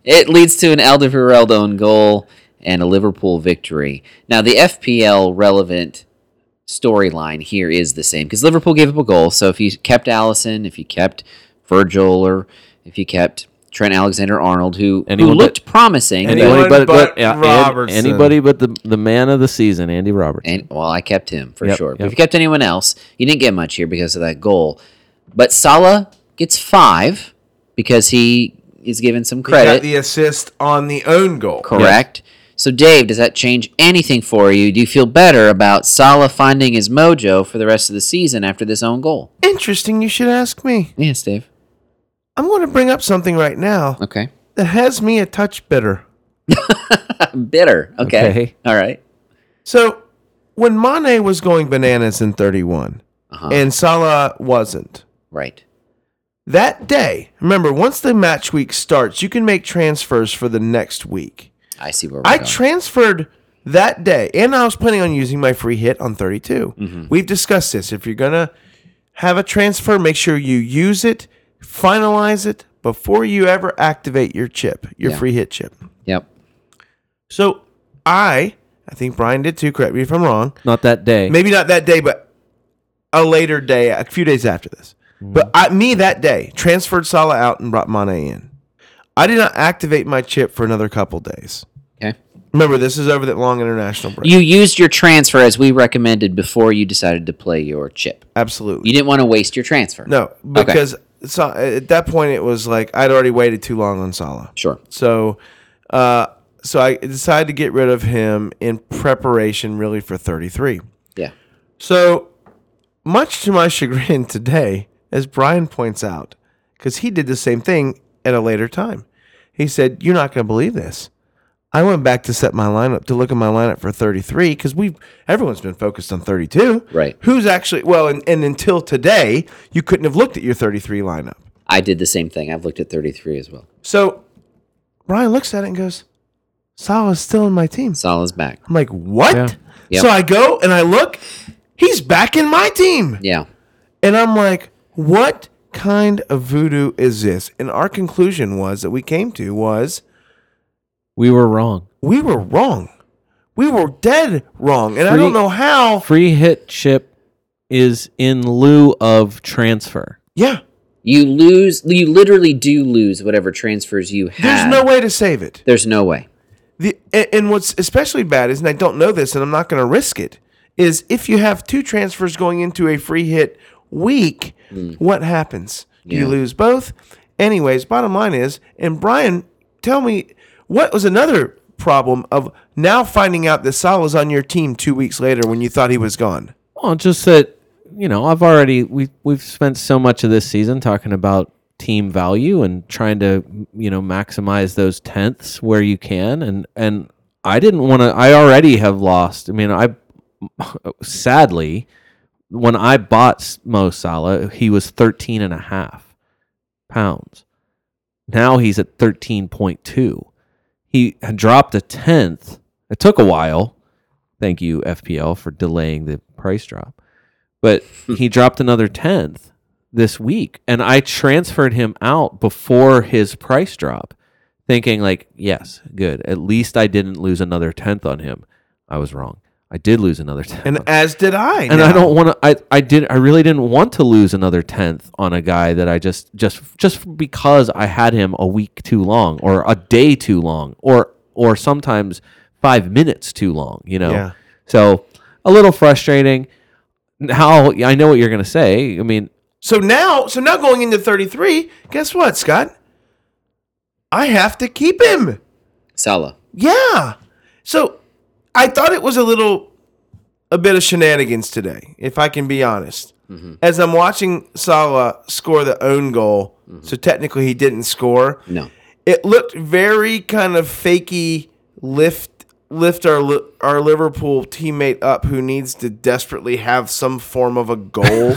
S2: It leads to an Alderweireld own goal and a Liverpool victory. Now, the FPL relevant storyline here is the same because Liverpool gave up a goal. So if you kept Allison, if you kept Virgil, or if you kept Trent Alexander Arnold, who, who
S9: Anyone
S2: looked
S9: that-
S2: promising,
S8: Anyone
S9: anybody but,
S8: but
S9: but yeah, and-
S8: Robertson.
S9: anybody but the the man of the season, Andy Roberts.
S2: and well, I kept him for
S9: Yep,
S2: sure. But
S9: yep.
S2: if you kept anyone else, you didn't get much here because of that goal. But Salah gets five because he is given some
S8: Got
S2: credit.
S8: the assist on the own goal.
S2: correct? So, Dave, does that change anything for you? Do you feel better about Salah finding his mojo for the rest of the season after this own goal?
S8: Interesting. You should ask me.
S2: Yes, Dave.
S8: I'm going to bring up something right now
S2: Okay.
S8: that has me a touch bitter.
S2: Bitter. Okay.
S9: Okay.
S2: All right.
S8: So when Mane was going bananas in 31, and Salah wasn't.
S2: Right.
S8: That day, remember, once the match week starts, you can make transfers for the next week.
S2: I see where we're
S8: I
S2: going.
S8: transferred that day, and I was planning on using my free hit on 32. We've discussed this. If you're going to have a transfer, make sure you use it, finalize it before you ever activate your chip, your
S2: Yeah.
S8: free hit chip.
S2: yep.
S8: So I, I think Brian did too, correct me if I'm wrong.
S9: Not that day.
S8: Maybe not that day, but a later day, a few days after this. But I, me that day transferred Salah out and brought Mane in. I did not activate my chip for another couple days.
S2: Okay.
S8: Remember, this is over that long international break.
S2: You used your transfer as we recommended before you decided to play your chip.
S8: Absolutely.
S2: You didn't want to waste your transfer.
S8: no, because Sa at that point it was like I'd already waited too long on Salah.
S2: Sure.
S8: So, uh, so I decided to get rid of him in preparation, really, for 33.
S2: Yeah.
S8: So, much to my *laughs* chagrin today, as Brian points out, because he did the same thing at a later time, he said, You're not going to believe this. I went back to set my lineup to look at my lineup for 33 because we've everyone's been focused on 32.
S2: Right.
S8: Who's actually well, and, and until today, you couldn't have looked at your 33 lineup.
S2: I did the same thing. I've looked at 33 as well.
S8: So Brian looks at it and goes, Salah's still in my team.
S2: Salah's back.
S8: I'm like, what?
S2: Yep.
S8: So I go and I look, he's back in my team.
S2: Yeah.
S8: And I'm like, what kind of voodoo is this? And our conclusion was that we came to was
S9: we were wrong.
S8: we were wrong. We were dead wrong. And I
S9: Free-
S8: don't know how.
S9: free hit chip is in lieu of transfer.
S8: Yeah.
S2: You lose. You literally do lose whatever transfers you
S8: There's
S2: had.
S8: no way to save it.
S2: There's no way.
S8: The and, and what's especially bad is, and I don't know this, and I'm not going to risk it, is if you have two transfers going into a free hit week,
S9: Mm.
S8: what happens? Do you lose both? Anyways, bottom line is, and Brian, tell me What was another problem of now finding out that Salah's on your team two weeks later when you thought he was gone?
S9: Well, just that you know, I've already we we've spent so much of this season talking about team value and trying to you know maximize those tenths where you can, and and I didn't want to. I already have lost. I mean, I *laughs* sadly when I bought Mo Salah, he was 13 and a half pounds. Now he's at 13.2. He had dropped a tenth. It took a while. Thank you, FPL, for delaying the price drop. But he dropped another tenth this week. And I transferred him out before his price drop, thinking, like, yes, good. At least I didn't lose another tenth on him. I was wrong. I did lose another *laughs* tenth.
S8: And
S9: on-
S8: as did I.
S9: Uh, and
S8: now.
S9: I don't want to. I I did. I really didn't want to lose another tenth on a guy that I just just just because I had him a week too long, or a day too long, or or sometimes five minutes too long. You know.
S8: Yeah.
S9: So a little frustrating. Now I know what you're gonna say. I mean,
S8: So now, so now going into 33, guess what, Scott? I have to keep him.
S2: Salah.
S8: Yeah. So I thought it was a little, a bit of shenanigans today, if I can be honest.
S2: Mm-hmm.
S8: As I'm watching Salah score the own goal, so technically he didn't score.
S2: Mm-hmm. No.
S8: It looked very kind of fakey lift lift our Li- our Liverpool teammate up who needs to desperately have some form of a
S2: *laughs*
S8: goal.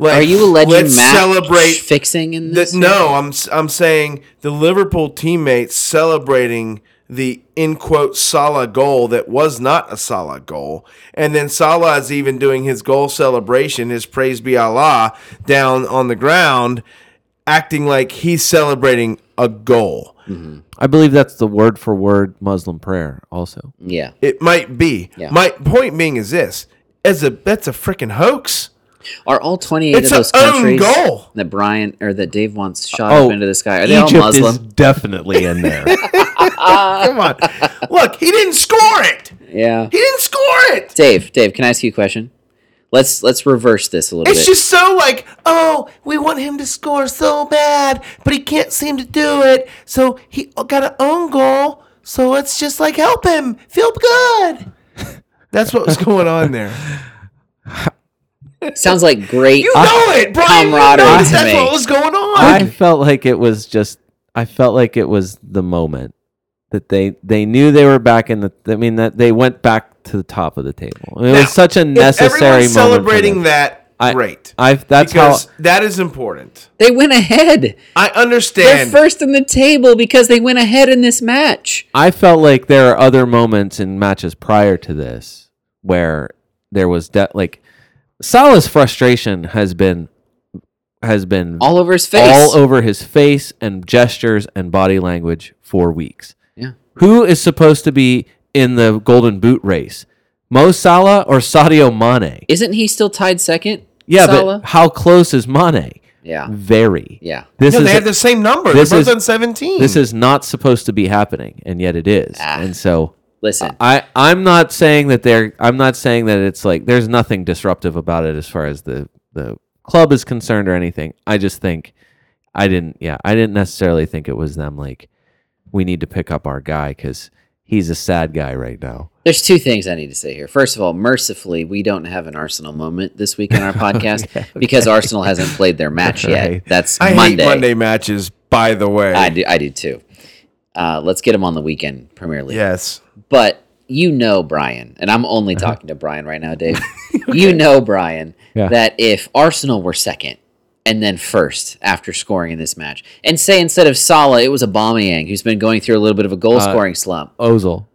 S8: Like,
S2: Are you alleging
S8: let's
S2: match
S8: celebrate
S2: fixing in
S8: the,
S2: this?
S8: no, I'm s- I'm saying the Liverpool teammates celebrating the in quote Salah goal that was not a Salah goal, and then Salah is even doing his goal celebration, his praise be Allah, down on the ground, acting like he's celebrating a goal.
S9: I believe that's the word for word Muslim prayer. Also,
S2: Yeah.
S8: It might be.
S2: Yeah.
S8: My point being is this: as a that's a freaking
S2: *laughs*
S8: hoax.
S2: Are all 28
S8: It's
S2: of those
S8: a own
S2: countries
S8: goal.
S2: that Brian or that Dave wants shot
S9: Oh,
S2: up into the sky? Are they all
S9: Egypt is
S2: Muslim?
S9: definitely in there.
S8: Come on, look, he didn't score it.
S2: Yeah.
S8: He didn't score it.
S2: Dave, Dave, can I ask you a question? Let's let's reverse this a little
S8: It's
S2: bit.
S8: just so like, oh, we want him to score so bad, but he can't seem to do it. So he got an own goal. So let's just like help him feel
S9: *laughs*
S8: good. That's what was going on there.
S2: Sounds like great.
S8: You know it, Brian. You know
S2: Camaraderie
S8: that
S2: to
S8: that's
S2: me.
S8: what was going on.
S9: I felt like it was just. I felt like it was the moment that they they knew they were back in the. I mean that they went back to the top of the table. It
S8: Now,
S9: was such a
S8: if
S9: necessary moment.
S8: everyone's
S9: for
S8: celebrating
S9: them.
S8: that.
S9: I-
S8: great.
S9: I, that's
S8: because
S9: how.
S8: that is important.
S2: they went ahead.
S8: I
S2: They're
S8: understand.
S2: first in the table because they went ahead in this match.
S9: I felt like there are other moments in matches prior to this where there was de- like Salah's frustration has been has been
S2: All over his face.
S9: all over his face and gestures and body language for weeks.
S2: Yeah.
S9: Who is supposed to be in the golden boot race? Mo Salah or Sadio Mane?
S2: Isn't he still tied second?
S9: Yeah,
S2: Salah?
S9: but how close is Mane?
S2: yeah,
S9: Very.
S2: yeah.
S9: This
S8: no,
S9: is
S8: they have the same number.
S9: this
S8: They're both
S9: is-
S8: on seventeen.
S9: this is not supposed to be happening, and yet it is.
S2: Ah.
S9: And so
S2: Listen,
S9: I I'm not saying that they're I'm not saying that it's like there's nothing disruptive about it as far as the the club is concerned or anything. I just think I didn't yeah I didn't necessarily think it was them like we need to pick up our guy because he's a sad guy right now.
S2: there's two things I need to say here. First of all, mercifully, we don't have an Arsenal moment this week on our podcast because Arsenal hasn't played their match yet.
S9: Right.
S2: That's
S8: I
S2: Monday.
S8: hate Monday matches. By the way,
S2: I do. I do too. Uh, let's get them on the weekend Premier League.
S8: yes.
S2: But you know, Brian, and I'm only talking to Brian right now, Dave. You know, Brian,
S9: Yeah.
S2: that if Arsenal were second and then first after scoring in this match, and say instead of Salah, it was Aubameyang who's been going through a little bit of a goal scoring slump,
S9: Ozil.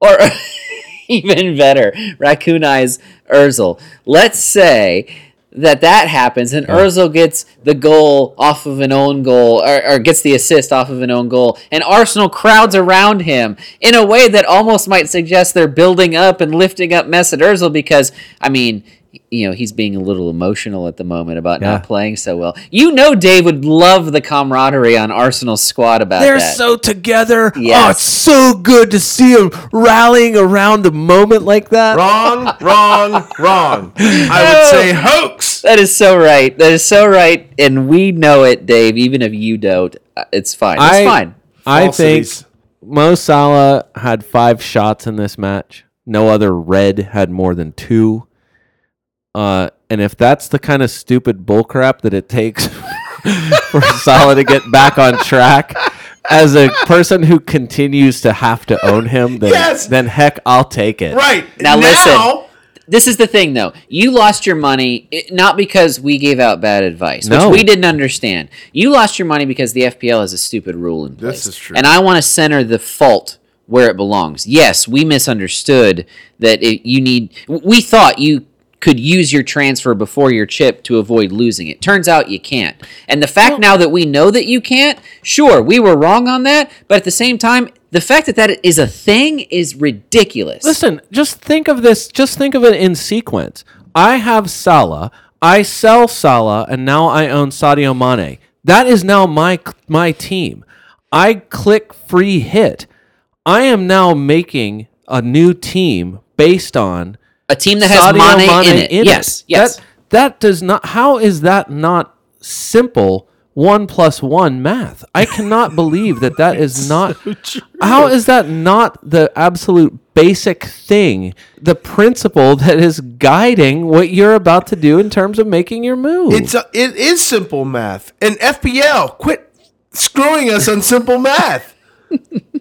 S2: or *laughs* even better, Raccoon Eyes Urzel. Let's say that that happens and Urzel gets the goal off of an own goal or, or gets the assist off of an own goal and Arsenal crowds around him in a way that almost might suggest they're building up and lifting up Mesut Urzel because I mean you know he's being a little emotional at the moment about
S9: Yeah.
S2: not playing so well. You know Dave would love the camaraderie on Arsenal's squad about
S9: They're
S2: that.
S9: so together. Oh,
S2: Yes.
S9: it's so good to see them rallying around a moment like that.
S8: Wrong, wrong, wrong. I would say hoax.
S2: That is so right. That is so right, and we know it, Dave. Even if you don't, Uh, it's fine. It's
S9: I-
S2: fine.
S9: I think
S8: Falsities.
S9: Mo Salah had five shots in this match. No other red had more than two. Uh, and if that's the kind of stupid bullcrap that it takes *laughs* for Salah to get back on track, as a person who continues to have to own him, then,
S8: Yes!
S9: then heck, I'll take it.
S8: Right.
S2: Now listen. This is the thing, though. You lost your money it, not because we gave out bad advice,
S9: No.
S2: which we didn't understand. You lost your money because the FPL has a stupid rule in place.
S8: is true.
S2: And I want to center the fault where it belongs. Yes, we misunderstood that it, you need. w- We thought you could use your transfer before your chip to avoid losing it. Turns out you can't. And the fact now that we know that you can't, sure, we were wrong on that. But at the same time, the fact that that is a thing is ridiculous.
S9: Listen, just think of this. Just think of it in sequence. I have Salah. I sell Salah, and now I own Sadio Mane. That is now my my team. I click free hit. I am now making a new team based on
S2: A team that has
S9: Sadio
S2: Mane,
S9: Mane
S2: in it. yes, yes.
S9: That, that does not. How is that not simple? One plus one math. I
S2: *laughs*
S9: cannot believe that that is not. how is that not the absolute basic thing, the principle that is guiding what you're about to do in terms of making your move?
S8: It's a, it is simple math. And FPL, quit screwing us on simple math.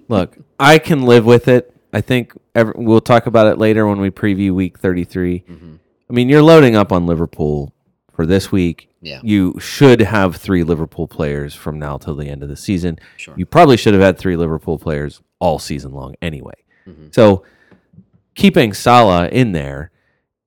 S9: Look, I can live with it. I think every, we'll talk about it later when we preview week 33.
S2: Mm-hmm.
S9: I mean, you're loading up on Liverpool for this week.
S2: Yeah.
S9: You should have three Liverpool players from now till the end of the season. Sure. You probably should have had three Liverpool players all season long anyway.
S2: Mm-hmm.
S9: So keeping Salah in there,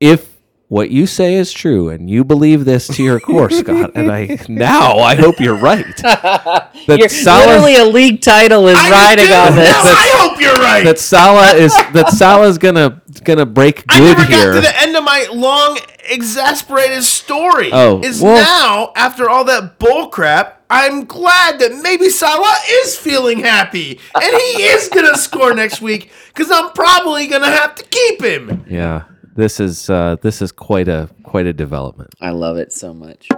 S9: if what you say is true and you believe this
S2: *laughs*
S9: to your core, Scott, and I now I hope you're right. That
S2: You're, literally a league title is riding on this.
S8: No, I hope you're right.
S9: that Salah is that Salah's gonna gonna break
S8: I
S9: good
S8: never
S9: here.
S8: got to the end of my long, exasperated story.
S9: Oh,
S8: is
S9: well-
S8: now after all that bull crap. I'm glad that maybe Salah is feeling happy, and he is gonna score next week because I'm probably gonna have to keep him.
S9: yeah, this is uh, this is quite a quite a development.
S2: I love it so much.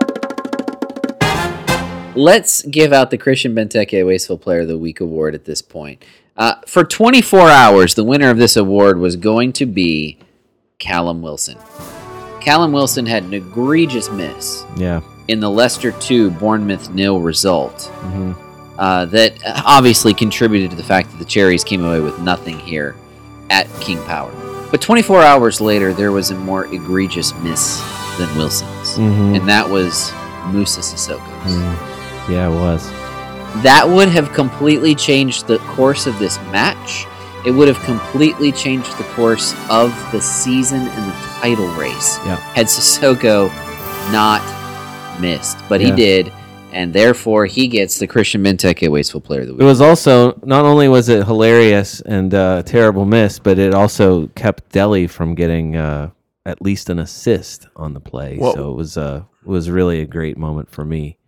S2: Let's give out the Christian Benteke Wasteful Player of the Week award at this point. Uh, for 24 hours, the winner of this award was going to be Callum Wilson. Callum Wilson had an egregious miss
S9: Yeah,
S2: in the Leicester 2 Bournemouth nil result uh, that obviously contributed to the fact that the Cherries came away with nothing here at King Power. But 24 hours later, there was a more egregious miss than Wilson's,
S9: Mm-hmm.
S2: and that was Musa Sissoko's.
S9: yeah, it was.
S2: That would have completely changed the course of this match. It would have completely changed the course of the season and the title race
S9: Yeah.
S2: had Sissoko not missed. But he
S9: Yeah.
S2: did, and therefore he gets the Christian Benteke Wasteful Player of the
S9: It
S2: Week.
S9: was also not only was it hilarious and uh, terrible miss, but it also kept Delhi from getting uh, at least an assist on the play.
S8: Well-
S9: so it was uh, it was really a great moment for me.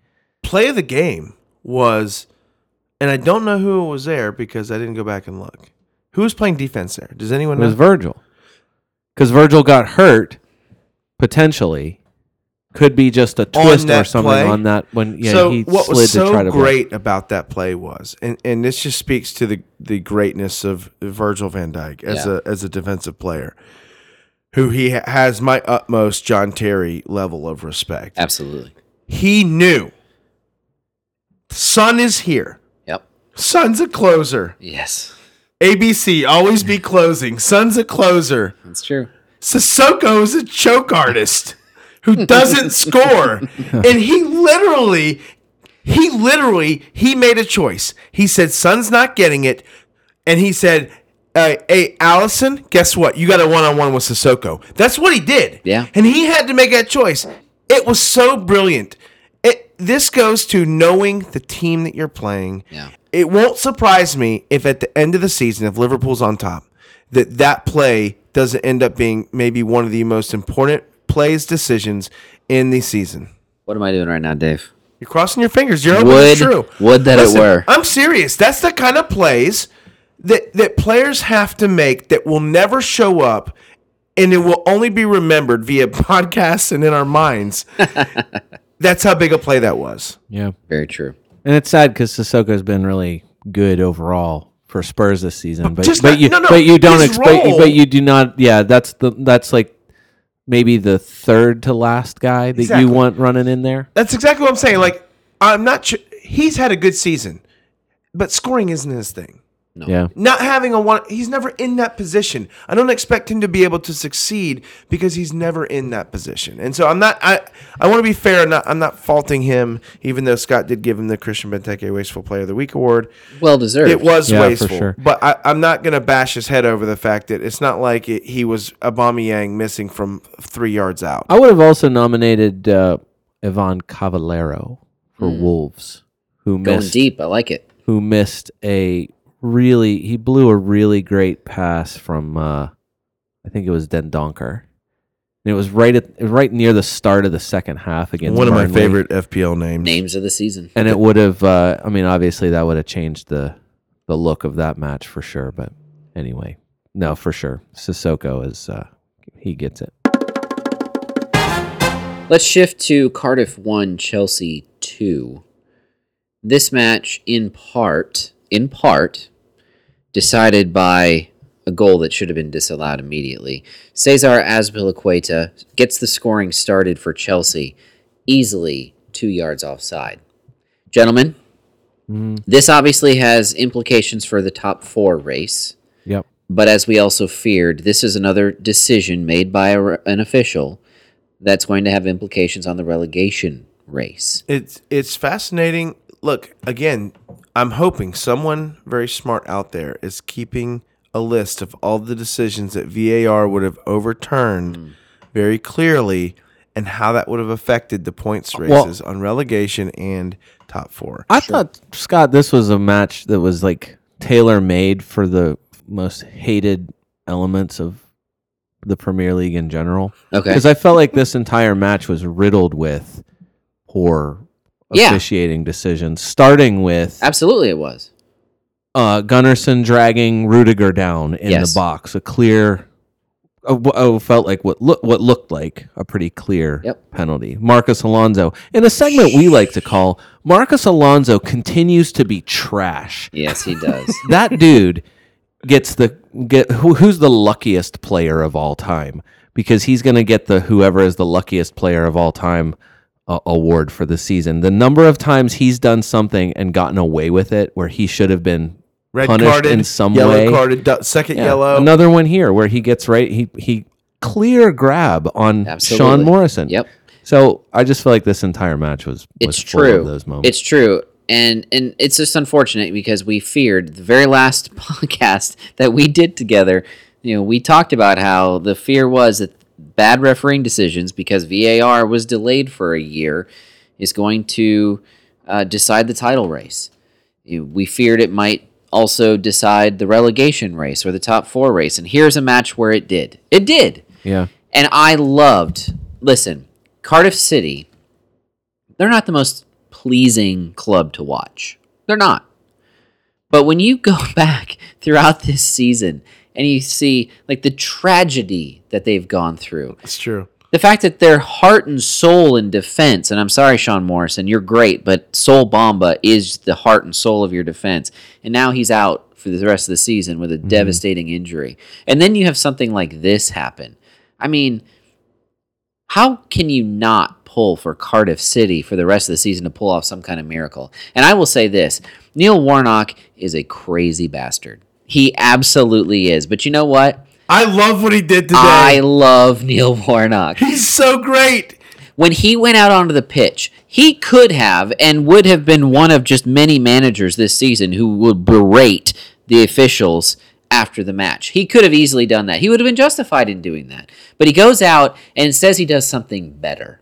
S8: Play of the game was, and I don't know who was there because I didn't go back and look. Who was playing defense there? Does anyone
S9: It was Virgil. Because Virgil got hurt, potentially. Could be just a
S8: On
S9: twist or
S8: that
S9: something
S8: play?
S9: on that when yeah,
S8: so
S9: he
S8: what
S9: slid
S8: was so
S9: to try to block.
S8: great about that play was, and, and this just speaks to the the greatness of Virgil Van Dyke as a as a defensive player, who he ha- has my utmost John Terry level of respect.
S2: Absolutely.
S8: He knew, Son is here.
S2: Yep.
S8: Son's a closer.
S2: Yes.
S8: ABC always be closing. Son's a closer.
S2: That's true.
S8: Sissoko is a choke artist who doesn't score. And he literally, he literally, he made a choice. He said, Son's not getting it. And he said, uh, hey, Allison, guess what? You got a one on one with Sissoko. That's what he did.
S2: Yeah.
S8: And he had to make that choice. It was so brilliant. It, this goes to knowing the team that you're playing.
S2: Yeah.
S8: It won't surprise me if at the end of the season, if Liverpool's on top, that that play doesn't end up being maybe one of the most important plays decisions in the season.
S2: What am I doing right now, Dave?
S8: You're crossing your fingers. You're hoping
S2: Would-
S8: it's true.
S2: would that it were.
S8: I'm serious. That's the kind of plays that that players have to make that will never show up, and it will only be remembered via *laughs* podcasts and in our
S2: *laughs*
S8: minds. That's how big a play that was.
S9: Yeah.
S2: Very true.
S9: And it's sad because Sissoko's been really good overall for for Spurs this season, but
S8: just
S9: but
S8: not-
S9: you
S8: no, no,
S9: but you don't
S8: his
S9: expect
S8: role.
S9: but you do not yeah, that's the that's like maybe the third to last guy that
S8: Exactly.
S9: you want running in there.
S8: That's exactly what I'm saying. Like, I'm not sure. He's had a good season, but scoring isn't his thing.
S9: Yeah.
S8: Not having a one, he's never in that position. I don't expect him to be able to succeed because he's never in that position. And so I'm not, I, I want to be fair. I'm not, I'm not faulting him, even though Scott did give him the Christian Benteke Wasteful Player of the Week award.
S2: Well deserved.
S8: It was
S9: Yeah, for
S8: wasteful,
S9: sure.
S8: but I, I'm not going to bash his head over the fact that it's not like it, he was Aubameyang missing from three yards out.
S9: I would have also nominated uh, Ivan Cavallero for
S8: Hmm.
S9: Wolves, who
S2: going
S9: missed
S2: deep. I like it.
S9: who missed a really he blew a really great pass from uh, I think it was Dendonker. And it was right at it was right near the start of the second half against Burnley.
S8: FPL names.
S2: Names of the season.
S9: And it would have uh, I mean obviously that would have changed the the look of that match for sure, but anyway. No, for sure. Sissoko is uh, he gets it.
S2: Let's shift to Cardiff 1, Chelsea 2. This match, in part, in part, decided by a goal that should have been disallowed immediately. Cesar Azpilicueta gets the scoring started for Chelsea, easily two yards offside. Gentlemen, this obviously has implications for the top four race.
S9: Yep.
S2: But as we also feared, this is another decision made by a, re- an official that's going to have implications on the relegation race.
S8: It's it's fascinating. Look, again, I'm hoping someone very smart out there is keeping a list of all the decisions that VAR would have overturned
S9: Hmm.
S8: very clearly and how that would have affected the points races on relegation and top 4.
S9: I thought Scott, this was a match that was like tailor made for the most hated elements of the Premier League in general.
S2: Okay.
S9: because I felt like this entire match was riddled with poor
S2: Yeah.
S9: officiating decisions, starting with
S2: Absolutely, it was.
S9: uh, Gunnarsson dragging Rudiger down in
S2: Yes.
S9: the box, a clear. uh, wh- Oh, felt like what look what looked like a pretty clear
S2: Yep.
S9: penalty. Marcus Alonso in a segment we like to call Marcus Alonso continues to be trash.
S2: Yes, he does. *laughs*
S9: That dude gets the get who, who's the luckiest player of all time because he's going to get the whoever is the luckiest player of all time uh, award for the season. The number of times he's done something and gotten away with it where he should have been
S8: Red
S9: punished
S8: carded,
S9: in some
S8: yellow
S9: way.
S8: carded, du- second
S9: Yeah.
S8: yellow.
S9: Another one here where he gets right he he clear grab on
S2: Absolutely.
S9: Sean Morrison.
S2: Yep.
S9: So I just feel like this entire match was, was
S2: it's
S9: full of
S2: true.
S9: those moments.
S2: It's true. And and it's just unfortunate because we feared the very last *laughs* podcast that we did together, you know, we talked about how the fear was that bad refereeing decisions because VAR was delayed for a year is going to uh, decide the title race. You know, we feared it might also decide the relegation race or the top 4 race and here's a match where it did. It did.
S9: yeah.
S2: And I loved, listen, Cardiff City, they're not the most pleasing club to watch. They're not. But when you go *laughs* back throughout this season and you see like the tragedy that they've gone through,
S8: It's true.
S2: the fact that their heart and soul in defense, and I'm sorry, Sean Morrison, you're great, but Sol Bamba is the heart and soul of your defense. And now he's out for the rest of the season with a devastating injury. And then you have something like this happen. I mean, how can you not pull for Cardiff City for the rest of the season to pull off some kind of miracle? And I will say this Neil Warnock is a crazy bastard. He absolutely is. But you know what?
S8: I love what he did today.
S2: I love Neil Warnock
S8: He's so great.
S2: when he went out onto the pitch, he could have and would have been one of just many managers this season who would berate the officials after the match. He could have easily done that. He would have been justified in doing that. But he goes out and says he does something better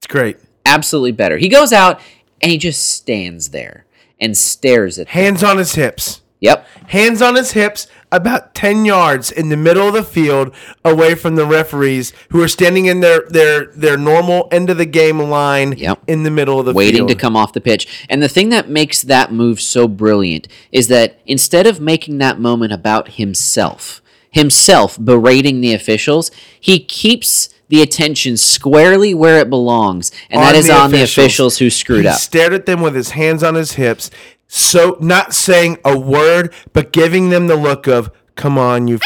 S8: It's great.
S2: absolutely better. He goes out and he just stands there and stares at.
S8: Hands on his hips.
S2: Yep.
S8: hands on his hips, about 10 yards in the middle of the field away from the referees who are standing in their their, their normal end of the game line
S2: Yep.
S8: in the middle of the
S2: waiting
S8: field.
S2: to come off the pitch. And the thing that makes that move so brilliant is that instead of making that moment about himself, himself berating the officials, he keeps the attention squarely where it belongs, and that is on the officials who screwed
S8: he
S2: up.
S8: stared at them with his hands on his hips, so not saying a word, but giving them the look of, "Come on,
S2: *laughs*
S8: you."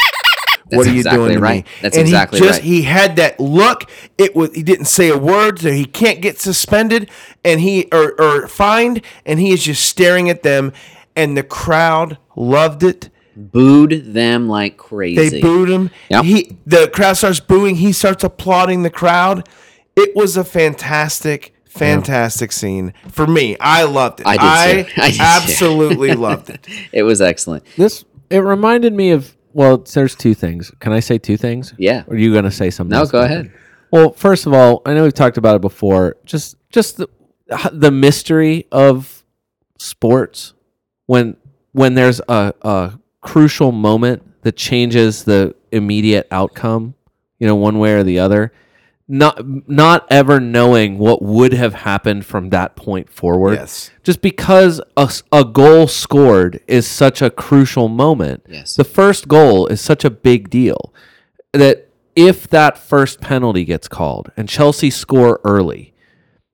S8: what are you
S2: exactly
S8: doing to
S2: right.
S8: me?
S2: That's
S8: and
S2: exactly
S8: he just
S2: right.
S8: he had that look. It was he didn't say a word, so he can't get suspended and he or or fined, and he is just staring at them, and the crowd loved it.
S2: Booed them like crazy.
S8: They booed him.
S2: Yep.
S8: He the crowd starts booing. He starts applauding the crowd. It was a fantastic, fantastic scene for me. I loved it.
S2: I did
S9: *laughs*
S2: too. *laughs* I did too.
S8: absolutely loved it.
S2: *laughs* It was excellent.
S9: This it reminded me of well, there's two things. Can I say two things?
S2: Yeah.
S9: Or are you gonna say something?
S2: No,
S9: else?
S2: go ahead.
S9: Well, first of all, I know we've talked about it before. Just just the the mystery of sports when when there's a, a crucial moment that changes the immediate outcome, you know, one way or the other. Not not ever knowing what would have happened from that point forward.
S8: Yes.
S9: Just because a, s- a goal scored is such a crucial moment.
S2: Yes.
S9: The first goal is such a big deal that if that first penalty gets called and Chelsea score early,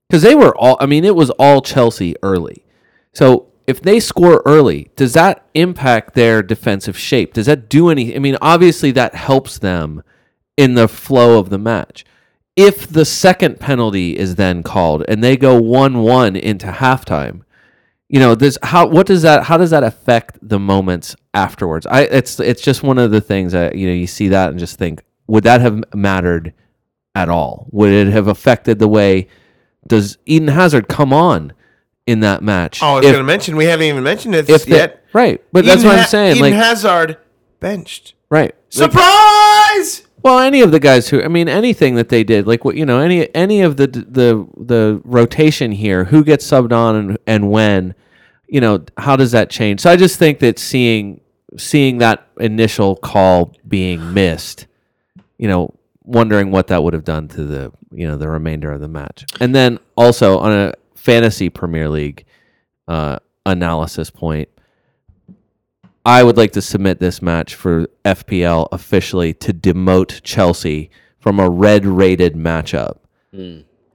S9: because they were all, I mean, it was all Chelsea early. So if they score early, does that impact their defensive shape? Does that do any? I mean, obviously that helps them in the flow of the match. If the second penalty is then called and they go one-one into halftime, you know, this how what does that how does that affect the moments afterwards? I it's it's just one of the things that you know you see that and just think would that have mattered at all? Would it have affected the way does Eden Hazard come on in that match?
S8: Oh, I was
S9: If-
S8: going to mention we haven't even mentioned this
S9: if the-
S8: yet.
S9: right, but that's
S8: Eden
S9: what I'm
S8: Ha-
S9: saying.
S8: Eden
S9: like
S8: Hazard benched.
S9: right, Like,
S8: Surprise!
S9: well, any of the guys who I mean, anything that they did, like what you know, any any of the the the rotation here, who gets subbed on and and when, you know, how does that change? So I just think that seeing seeing that initial call being missed, you know, wondering what that would have done to the you know the remainder of the match, and then also on a fantasy Premier League uh, analysis point, I would like to submit this match for FPL officially to demote Chelsea from a red rated matchup.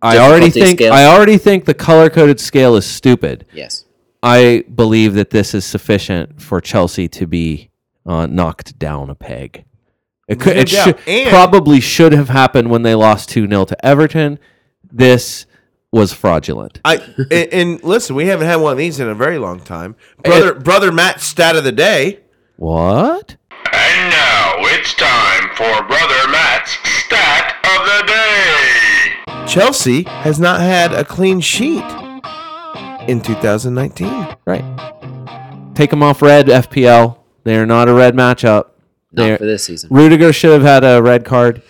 S9: I
S2: Hmm.
S9: already
S2: Difficulty
S9: think
S2: scale.
S9: I already think the color coded scale is stupid.
S2: Yes.
S9: I believe that this is sufficient for Chelsea to be uh, knocked down a peg. It, could,
S8: No
S9: it
S8: doubt.
S9: should,
S8: And-
S9: probably should have happened when they lost 2 0 to Everton. This was fraudulent. *laughs*
S8: I and, and listen, we haven't had one of these in a very long time. Brother, brother Matt's stat of the day.
S9: What?
S10: And now it's time for Brother Matt's Stat of the Day.
S8: Chelsea has not had a clean sheet in 2019.
S9: Right. Take them off red, FPL. They are not a red matchup.
S2: Not
S9: They're-
S2: for this season.
S9: Rudiger should have had a red card.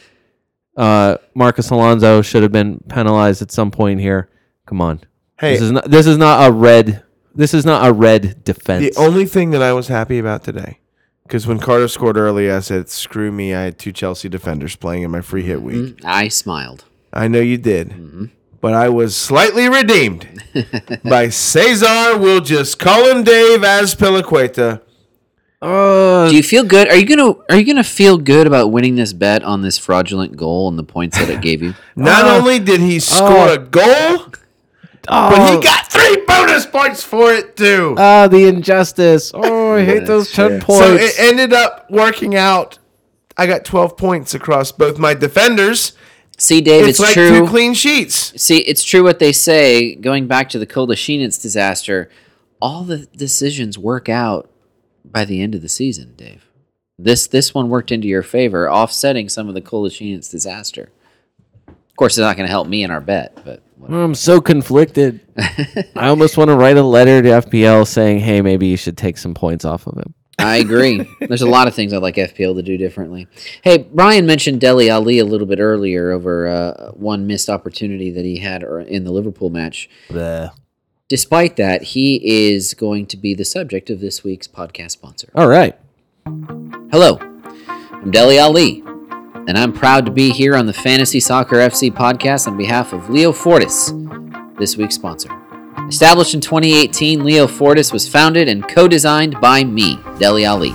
S9: Uh, Marcus Alonso should have been penalized at some point here. Come on.
S8: Hey.
S9: This is not this is not a red this is not a red
S8: The
S9: defense.
S8: only thing that I was happy about today, because when Carter scored early, I said, "Screw me!" I had two Chelsea defenders playing in my free hit week.
S2: I smiled.
S8: I know you did,
S2: Mm-hmm.
S8: but I was slightly
S2: *laughs*
S8: redeemed by Cesar. We'll just call him Dave as Piliqueta.
S9: Oh,
S2: Do you feel good? Are you gonna Are you gonna feel good about winning this bet on this fraudulent goal and the points that it
S8: *laughs*
S2: gave you?
S8: Not
S2: Oh.
S8: only did he score a goal,
S2: Oh.
S8: but he got three bonus points for it too.
S9: Ah, the injustice. Oh, I hate those ten points.
S8: So it ended up working out. I got 12 points across both my defenders.
S2: See, Dave,
S8: It's,
S2: it's,
S8: like
S2: true.
S8: two clean sheets.
S2: See, it's true what they say. Going back to the Koldashinits disaster, all the decisions work out by the end of the season, Dave. This this one worked into your favor, offsetting some of the Koldashinits disaster. Of course, it's not going to help me in our bet, but whatever.
S9: Oh, I'm so conflicted. I almost want to write a letter to FPL saying, "Hey, maybe you should take some points off of him."
S2: I agree. There's a lot of things I'd like FPL to do differently. Hey, Brian mentioned Deli Ali a little bit earlier over uh, one missed opportunity that he had er- in the Liverpool match. Despite that, he is going to be the subject of this week's podcast sponsor.
S9: All right.
S2: Hello, I'm Deli Ali, and I'm proud to be here on the Fantasy Soccer FC podcast on behalf of Leo Fortis, this week's sponsor. Established in 2018, Leo Fortis was founded and co designed by me, Deli Ali.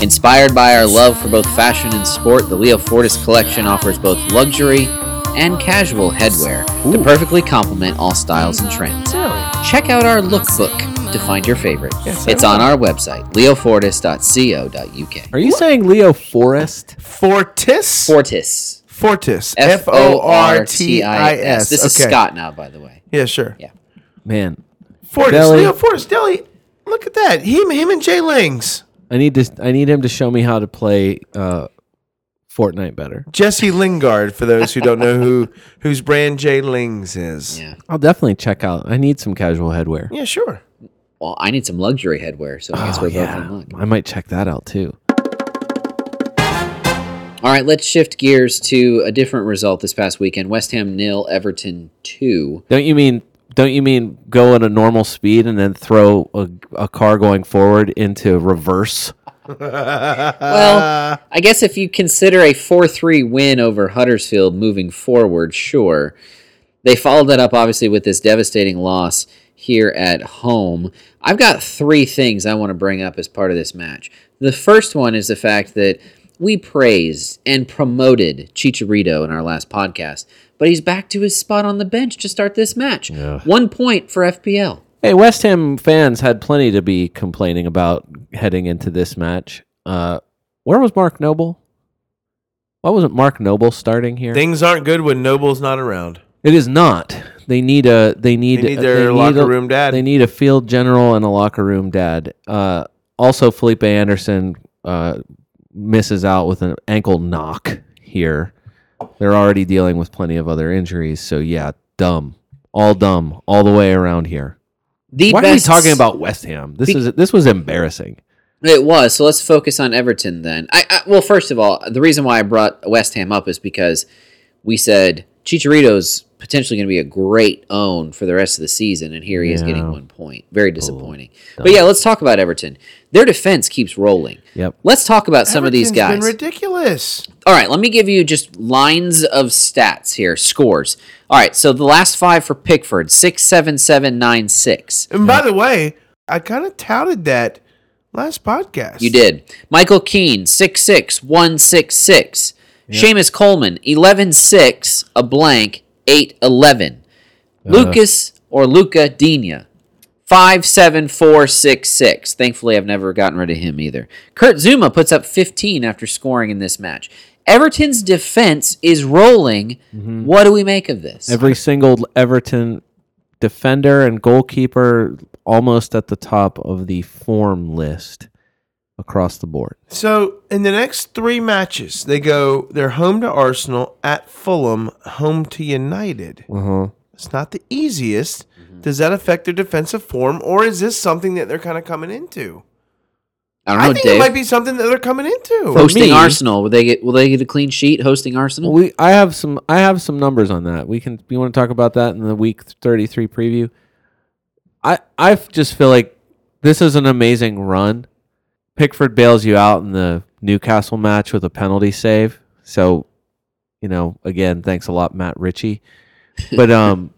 S2: Inspired by our love for both fashion and sport, the Leo Fortis collection offers both luxury and casual headwear to perfectly complement all styles and trends. Check out our lookbook to find your favorite. it's on our website, leofortis.co.uk.
S9: Are you saying Leo Forest?
S8: Fortis?
S2: Fortis.
S8: Fortis.
S2: F O R T I
S8: F-O-R-T-I-S.
S2: S. This is
S8: Okay.
S2: Scott now, by the way.
S8: Yeah, sure.
S9: Man,
S8: Fortis.
S9: Deli.
S8: Leo Fortis. Deli. Look at that. Him, him and Jay Lings.
S9: I need to. I need him to show me how to play uh, Fortnite better.
S8: Jesse Lingard, for those who don't know who *laughs* whose brand Jay Lings is.
S2: Yeah.
S9: I'll definitely check out. I need some casual headwear.
S8: Yeah, sure.
S2: Well, I need some luxury headwear, so I guess
S9: Oh,
S2: we're
S9: yeah.
S2: both in luck.
S9: I might check that out too.
S2: All right, let's shift gears to a different result this past weekend. West Ham nil, Everton two.
S9: Don't you mean? Don't you mean go at a normal speed and then throw a, a car going forward into reverse? Uh,
S2: well, I guess if you consider a four three win over Huddersfield moving forward, sure. They followed that up obviously with this devastating loss here at home. I've got three things I want to bring up as part of this match. The first one is the fact that we praised and promoted Chicharito in our last podcast, but he's back to his spot on the bench to start this match. One point for FPL.
S9: Hey, West Ham fans had plenty to be complaining about heading into this match. Uh, where was Mark Noble? Why wasn't Mark Noble starting here?
S8: Things aren't good when Noble's not around.
S9: It is not. They need a. They need.
S8: They need their
S9: a-
S8: locker room dad.
S9: They need a field general and a locker room dad. Uh, also, Felipe Anderson uh, misses out with an ankle knock here. They're already dealing with plenty of other injuries. So yeah, dumb. All dumb. All the way around here.
S2: The
S9: Why
S2: best
S9: are we talking about West Ham? This
S2: Be-
S9: is this was embarrassing.
S2: It was. So let's focus on Everton then. I, I well, first of all, the reason why I brought West Ham up is because we said Chicharito's potentially going to be a great own for the rest of the season, and here he is getting
S9: Yeah.
S2: one point. Very disappointing. but yeah, let's talk about Everton. Their defense keeps rolling.
S9: Yep.
S2: Let's talk about some of these
S8: Everton's
S2: guys.
S8: been ridiculous.
S2: All right, let me give you just lines of stats here, scores. All right, so the last five for Pickford six, seven, seven, nine, six.
S8: And by the way, I kind of touted that last podcast.
S2: You did. Michael Keane, 66166. Seamus Coleman, 116, a blank, 811.
S8: Uh-huh.
S2: Lucas or Luca Dina, 57466. Thankfully, I've never gotten rid of him either. Kurt Zuma puts up 15 after scoring in this match. Everton's defense is rolling.
S8: Mm-hmm.
S2: What do we make of this?
S9: Every single Everton defender and goalkeeper almost at the top of the form list across the board.
S8: So in the next three matches, they go. They're home to Arsenal, at Fulham, home to United.
S9: Uh-huh.
S8: It's not the easiest.
S9: Mm-hmm.
S8: Does that affect their defensive form, or is this something that they're kind of coming into?
S2: I don't know,
S8: I think
S2: Dave.
S8: it might be something that they're coming into.
S2: hosting
S9: me-
S2: Arsenal, will they get will they get a clean sheet hosting Arsenal?
S9: We I have some I have some numbers on that. We can you want to talk about that in the week 33 preview? I I just feel like this is an amazing run. Pickford bails you out in the Newcastle match with a penalty save. So, you know, again, thanks a lot Matt Ritchie. But um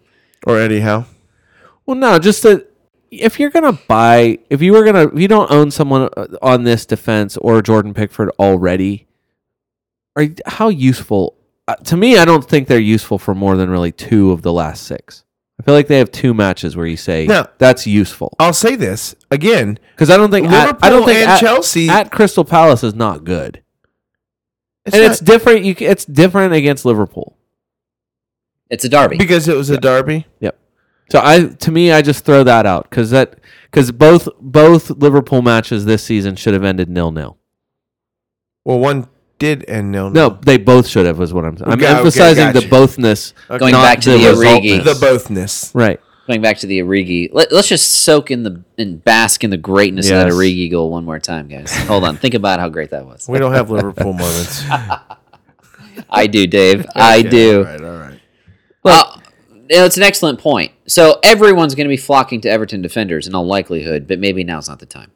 S8: or Eddie Howe.
S9: Well, no, just that if you're gonna buy, if you were gonna, if you don't own someone uh, on this defense or Jordan Pickford already, are you- how useful? Uh, to me, I don't think they're useful for more than really two of the last six. I feel like they have two matches where you say
S8: No.
S9: that's useful
S8: I'll say this again.
S9: because I don't think at, I don't
S8: Liverpool
S9: think
S8: and
S9: at,
S8: Chelsea-
S9: at Crystal Palace is not good,
S8: It's
S9: and
S8: not-
S9: it's different. You, c- it's different against Liverpool.
S2: It's a derby.
S8: because it was a derby.
S9: Yep. So I to me I just throw that out because that because both both Liverpool matches this season should have ended nil nil.
S8: Well, one did end nil.
S9: No, they both should have. Is what I'm. I'm
S8: Okay, okay,
S9: emphasizing
S8: gotcha.
S9: the bothness,
S2: Going
S9: not
S2: back to the Origi.
S9: resultness.
S8: the bothness.
S9: right.
S2: Going back to the Origi, let, us just soak in the and bask in the greatness of that
S9: Yes.
S2: Origi goal one more time, guys. Hold on, think about how great that
S8: *laughs*
S2: was.
S8: We don't have Liverpool
S9: *laughs*
S8: moments.
S2: I
S8: *laughs*
S2: do, Dave. I do.
S8: All right, all right.
S2: Well, you know, it's an excellent point. So everyone's going to be flocking to Everton defenders in all likelihood, but maybe now's not the time.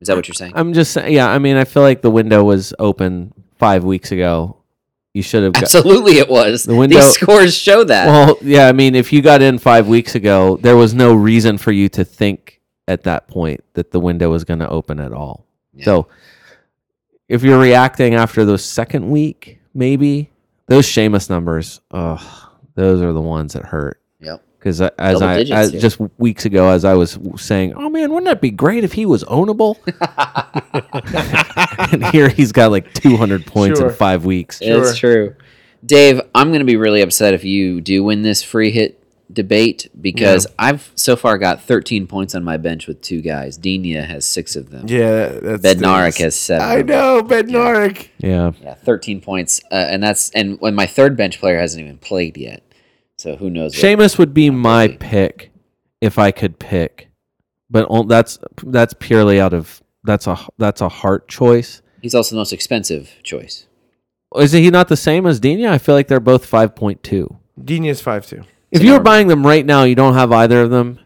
S2: Is that what you're saying?
S9: I'm just saying. Yeah, I mean, I feel like the window was open five weeks ago. You should have. Got,
S2: Absolutely, it was.
S9: The window-
S2: These scores show that.
S9: Well, yeah. I mean, if you got in five weeks ago, there was no reason for you to think at that point that the window was going to open at all. So, if you're reacting after the second week, maybe those Seamus numbers, oh, those are the ones that hurt.
S2: Yep.
S9: Because as
S2: Double
S9: I
S2: digits
S9: as
S2: here.
S9: just weeks ago, as I was saying, oh man, wouldn't that be great if he
S2: *laughs*
S9: was ownable? *laughs* and here he's got like 200 points
S8: Sure.
S9: in five weeks.
S2: It's true. Dave, I'm going to be really upset if you do win this free hit debate because I've so far got 13 points on my bench with two guys. Dina has six of them.
S8: Yeah, that's
S2: Bednarik
S8: the-
S2: has seven.
S8: I know Bednarik.
S9: Yeah.
S2: Yeah, 13 points. Uh, and that's and when my third bench player hasn't even played yet. So who knows? what-
S9: Seamus would be my pick if I could pick, but on, that's that's purely out of that's a that's a heart choice.
S2: He's also the most expensive choice.
S9: Is he not the same as Dina? I feel like they're both five point two.
S8: Dina's five two.
S9: If you were buying them right now, you don't have either of them.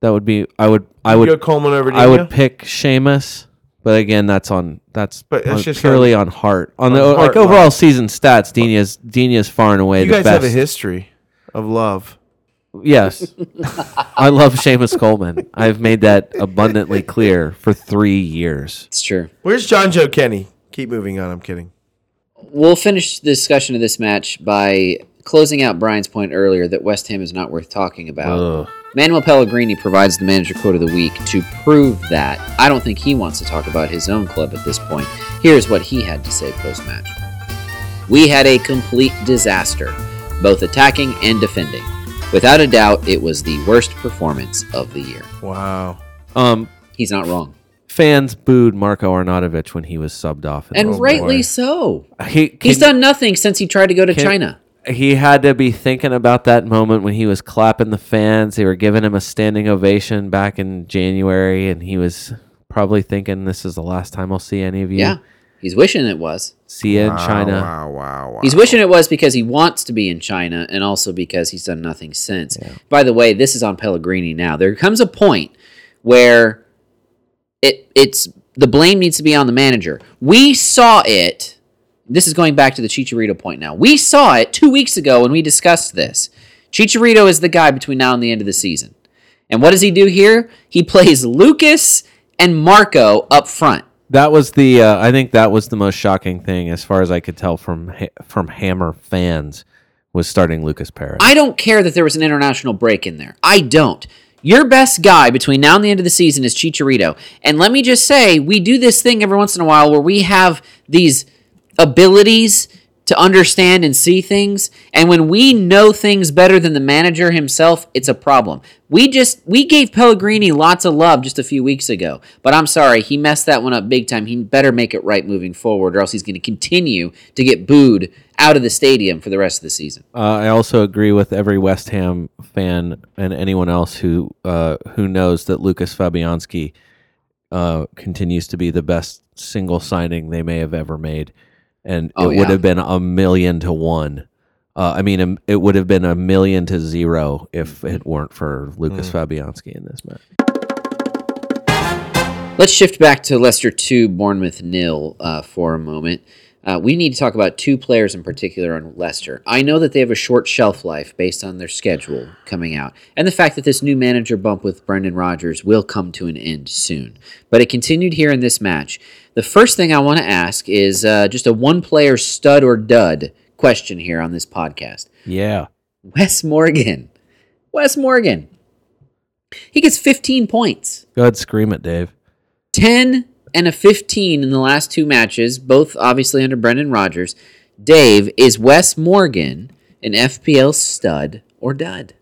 S9: That would be I would I
S8: Go
S9: would
S8: Coleman over Dina.
S9: I would pick Seamus, but again, that's on that's
S8: But that's
S9: on-
S8: just
S9: purely on heart
S8: on
S9: on, the o-
S8: heart
S9: like overall
S8: line.
S9: season stats. Dina's Dina's far and away
S8: you
S9: the
S8: guys
S9: best.
S8: have a history of love.
S9: Yes. I love Seamus Coleman. I've made that abundantly clear for three years.
S2: It's true.
S8: Where's John Joe Kenny? Keep moving on. I'm kidding.
S2: We'll finish the discussion of this match by closing out Brian's point earlier that West Ham is not worth talking about. Manuel Pellegrini provides the manager quote of the week to prove that. I don't think he wants to talk about his own club at this point. Here's what he had to say post match We had a complete disaster, both attacking and defending. Without a doubt, it was the worst performance of the year.
S8: Wow.
S9: Um,
S2: He's not wrong.
S9: fans booed Marco Arnautovic when he was subbed off. in
S2: And
S9: the-
S2: rightly so.
S9: he, can-
S2: He's done nothing since he tried to go to
S9: can-
S2: China.
S9: He had to be thinking about that moment when he was clapping the fans. They were giving him a standing ovation back in January, and he was probably thinking, "This is the last time I'll see any of you.
S2: Yeah. He's wishing it was.
S9: See you in China."
S8: Wow, wow, wow.
S2: He's wishing it was because he wants to be in China and also because he's done nothing since. By the way, this is on Pellegrini now. There comes a point where it it's the blame needs to be on the manager. We saw it. This is going back to the Chicharito point now. We saw it two weeks ago when we discussed this. Chicharito is the guy between now and the end of the season. And what does he do here? He plays Lucas and Marco up front.
S9: That was the. Uh, I think that was the most shocking thing, as far as I could tell from ha- from Hammer fans, was starting Lucas Perez.
S2: I don't care that there was an international break in there. I don't. Your best guy between now and the end of the season is Chicharito. And let me just say, we do this thing every once in a while where we have these abilities to understand and see things. And when we know things better than the manager himself, it's a problem. We just we gave Pellegrini lots of love just a few weeks ago. But I'm sorry, he messed that one up big time. He better make it right moving forward, or else he's going to continue to get booed out of the stadium for the rest of the season.
S9: Uh, I also agree with every West Ham fan and anyone else who uh, who knows that Lucas Fabianski uh, continues to be the best single signing they may have ever made, and
S2: Oh,
S9: it
S2: yeah.
S9: would have been a million to one. Uh, I mean, um, it would have been a million to zero if it weren't for Lucas
S2: Mm.
S9: Fabianski in this match.
S2: Let's shift back to Leicester 2, Bournemouth nil uh, for a moment. Uh, we need to talk about two players in particular on Leicester. I know that they have a short shelf life based on their schedule coming out, and the fact that this new manager bump with Brendan Rodgers will come to an end soon. But it continued here in this match. The first thing I want to ask is uh, just a one player stud or dud question here on this podcast.
S9: Yeah,
S2: Wes Morgan. Wes Morgan. He gets 15 points.
S9: go ahead, scream it, Dave.
S2: 10 and a 15 in the last two matches, both obviously under Brendan Rodgers. Dave, is Wes Morgan an FPL stud or dud?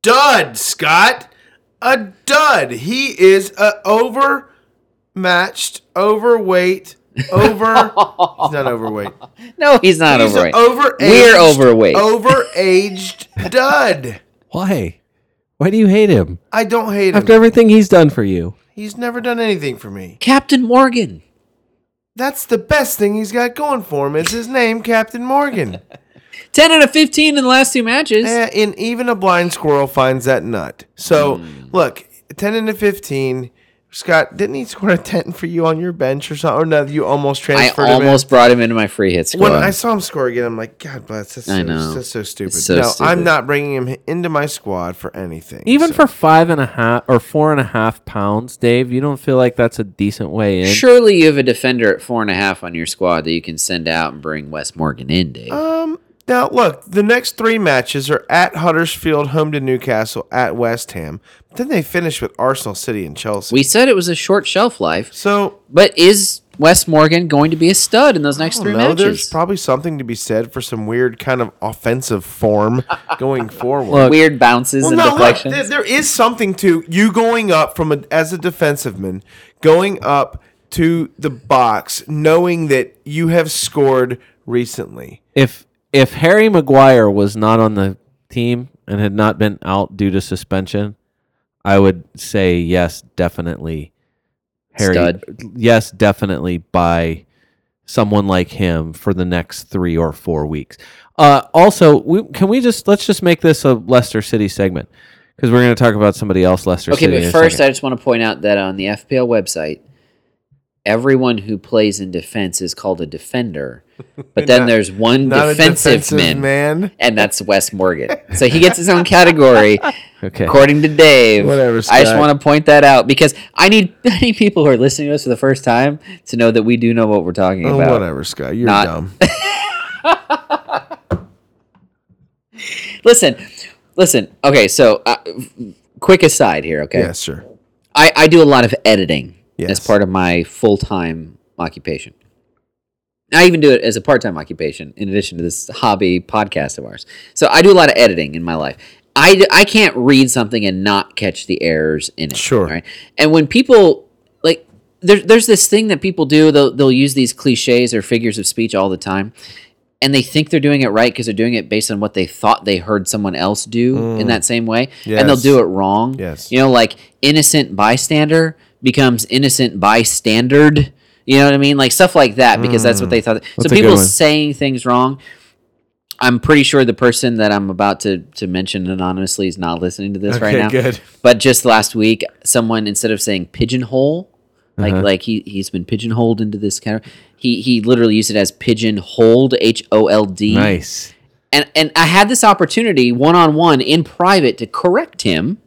S8: dud, Scott. A dud. He is a overmatched,
S2: *laughs*
S8: overweight, over. he's not overweight.
S2: No, he's not
S8: He's
S2: overweight.
S8: a overaged,
S2: We're overweight.
S8: Overaged dud.
S9: Why? Why do you hate him
S8: I don't hate him.
S9: after everything he's done for you?
S8: he's never done anything for me.
S2: Captain Morgan.
S8: That's the best thing he's got going for him is his name, Captain Morgan.
S2: 10 and a 15 in the last two matches.
S8: Eh, and
S2: Hmm.
S8: even a blind squirrel finds that nut. So look, ten and a fifteen. Scott, didn't he score a 10 for you on your bench or something? Or no, you almost
S2: I
S8: transferred him in?
S2: almost brought him into my free hit squad.
S8: When I saw him score again, I'm like, God bless. That's so,
S2: I know.
S8: That's so stupid.
S2: It's so
S8: no,
S2: stupid.
S8: I'm not bringing him into my squad for anything.
S9: Even for five and a half or four and a half pounds, Dave, you don't feel like that's a decent way in.
S2: Surely you have a defender at four and a half on your squad that you can send out and bring Wes Morgan in, Dave.
S8: Um. Now look, the next three matches are at Huddersfield, home to Newcastle, at West Ham. Then they finish with Arsenal, City, and Chelsea.
S2: we said it was a short shelf life,
S8: so
S2: but is Wes Morgan going to be a stud in those next
S8: I
S2: three
S8: don't know, Oh, there's
S2: matches?
S8: probably something to be said for some weird kind of offensive *laughs* form going forward.
S2: Weird bounces and
S8: look,
S2: deflections.
S8: there- there is something to you going up from a, as a defenseman, going up to the box, knowing that you have scored recently.
S9: If if Harry Maguire was not on the team and had not been out due to suspension, I would say yes, definitely. Harry,
S2: Stud.
S9: yes, definitely by someone like him for the next three or four weeks. Uh, also, we, can we just let's just make this a Leicester City segment because we're going to talk about somebody else. Leicester
S2: Okay,
S9: City. in
S2: but
S9: a
S2: first
S9: second.
S2: I just want to point out that on the FPL website, everyone who plays in defense is called
S8: *laughs*
S2: a defender. But then
S8: Not-
S2: there's one
S8: Not a
S2: defensive,
S8: defensive
S2: man,
S8: man.
S2: and that's
S8: *laughs*
S2: Wes Morgan. So he gets his own category,
S9: okay.
S2: according to Dave.
S8: Whatever,
S2: I just
S8: Scott.
S2: want to point that out because I need *laughs* I need people who are listening to us for the first time to know that we do know what we're talking
S8: Oh,
S2: about.
S8: whatever, Scott. You're
S2: Not-
S9: *laughs*
S8: dumb.
S2: Listen, listen. Okay, so uh, quick aside here. Okay.
S8: yes, sir.
S2: I, I do a lot of editing as
S8: Yes.
S2: part of my full time occupation. I even do it as a part time occupation in addition to this hobby podcast of ours. So I do a lot of editing in my life. I, d- I can't read something and not catch the errors in it.
S8: Sure.
S2: Right? And when people, like, there, there's this thing that people do, they'll, they'll use these cliches or figures of speech all the time. And they think they're doing it right because they're doing it based on what they thought they heard someone else do in that same way. And they'll
S8: Mm. Yes.
S2: do it wrong.
S8: Yes.
S2: You know, like innocent bystander becomes innocent bystandard. You know what I mean? Like stuff like that because that's what they thought. so
S9: Hmm. a good
S2: people
S9: one.
S2: saying things wrong. I'm pretty sure the person that I'm about to, to mention anonymously is not listening to this right
S8: Okay,
S2: now.
S8: good.
S2: But just last week, someone instead of saying pigeonhole, like
S9: Uh-huh.
S2: like he he's been pigeonholed into this kind of he he literally used it as pigeonholed H O L D
S9: nice.
S2: and and I had this opportunity one on one in private to correct him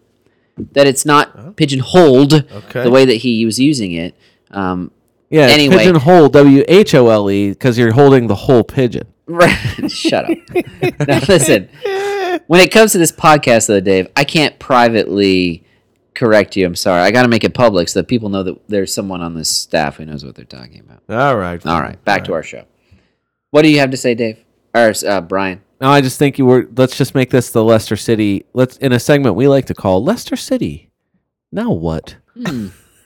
S2: that it's not pigeonholed
S8: Okay.
S2: the way that he was using it. Um, *laughs*
S9: Yeah, it's
S2: Anyway.
S9: pigeonhole W H O L E because you're holding the whole pigeon.
S2: right, shut up. *laughs* now listen, when it comes to this podcast, though, Dave, I can't privately correct you. I'm sorry. I got to make it public so that people know that there's someone on this staff who knows what they're talking about.
S8: All right.
S2: All right, back to our show. What do you have to say, Dave or uh, Brian?
S9: No, I just think you were. Let's just make this the Leicester City. Let's in a segment we like to call Leicester City. Now what?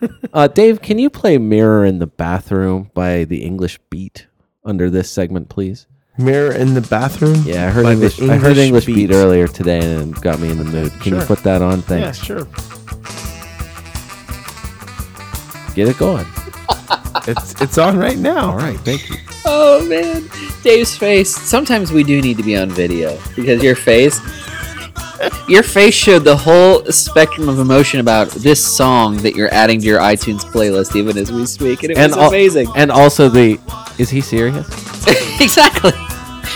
S9: *laughs* uh, Dave, can you play "Mirror in the Bathroom" by the English Beat under this segment, please?
S8: Mirror in the bathroom.
S9: Yeah, I heard
S8: By the
S9: English. I heard English
S8: English
S9: beat.
S8: Beat.
S9: earlier today, and it got me in the mood. Can you
S8: Sure.
S9: put that on?
S8: Yeah,
S9: Thanks.
S8: sure.
S9: Get it going.
S8: It's it's on right now.
S9: All right, thank you.
S2: Oh man, Dave's face. Sometimes we do need to be on video because your face, your face showed the whole spectrum of emotion about this song that you're adding to your iTunes playlist even as we speak, and it was
S9: al-
S2: amazing.
S9: *laughs* And also the. Is he serious?
S2: exactly.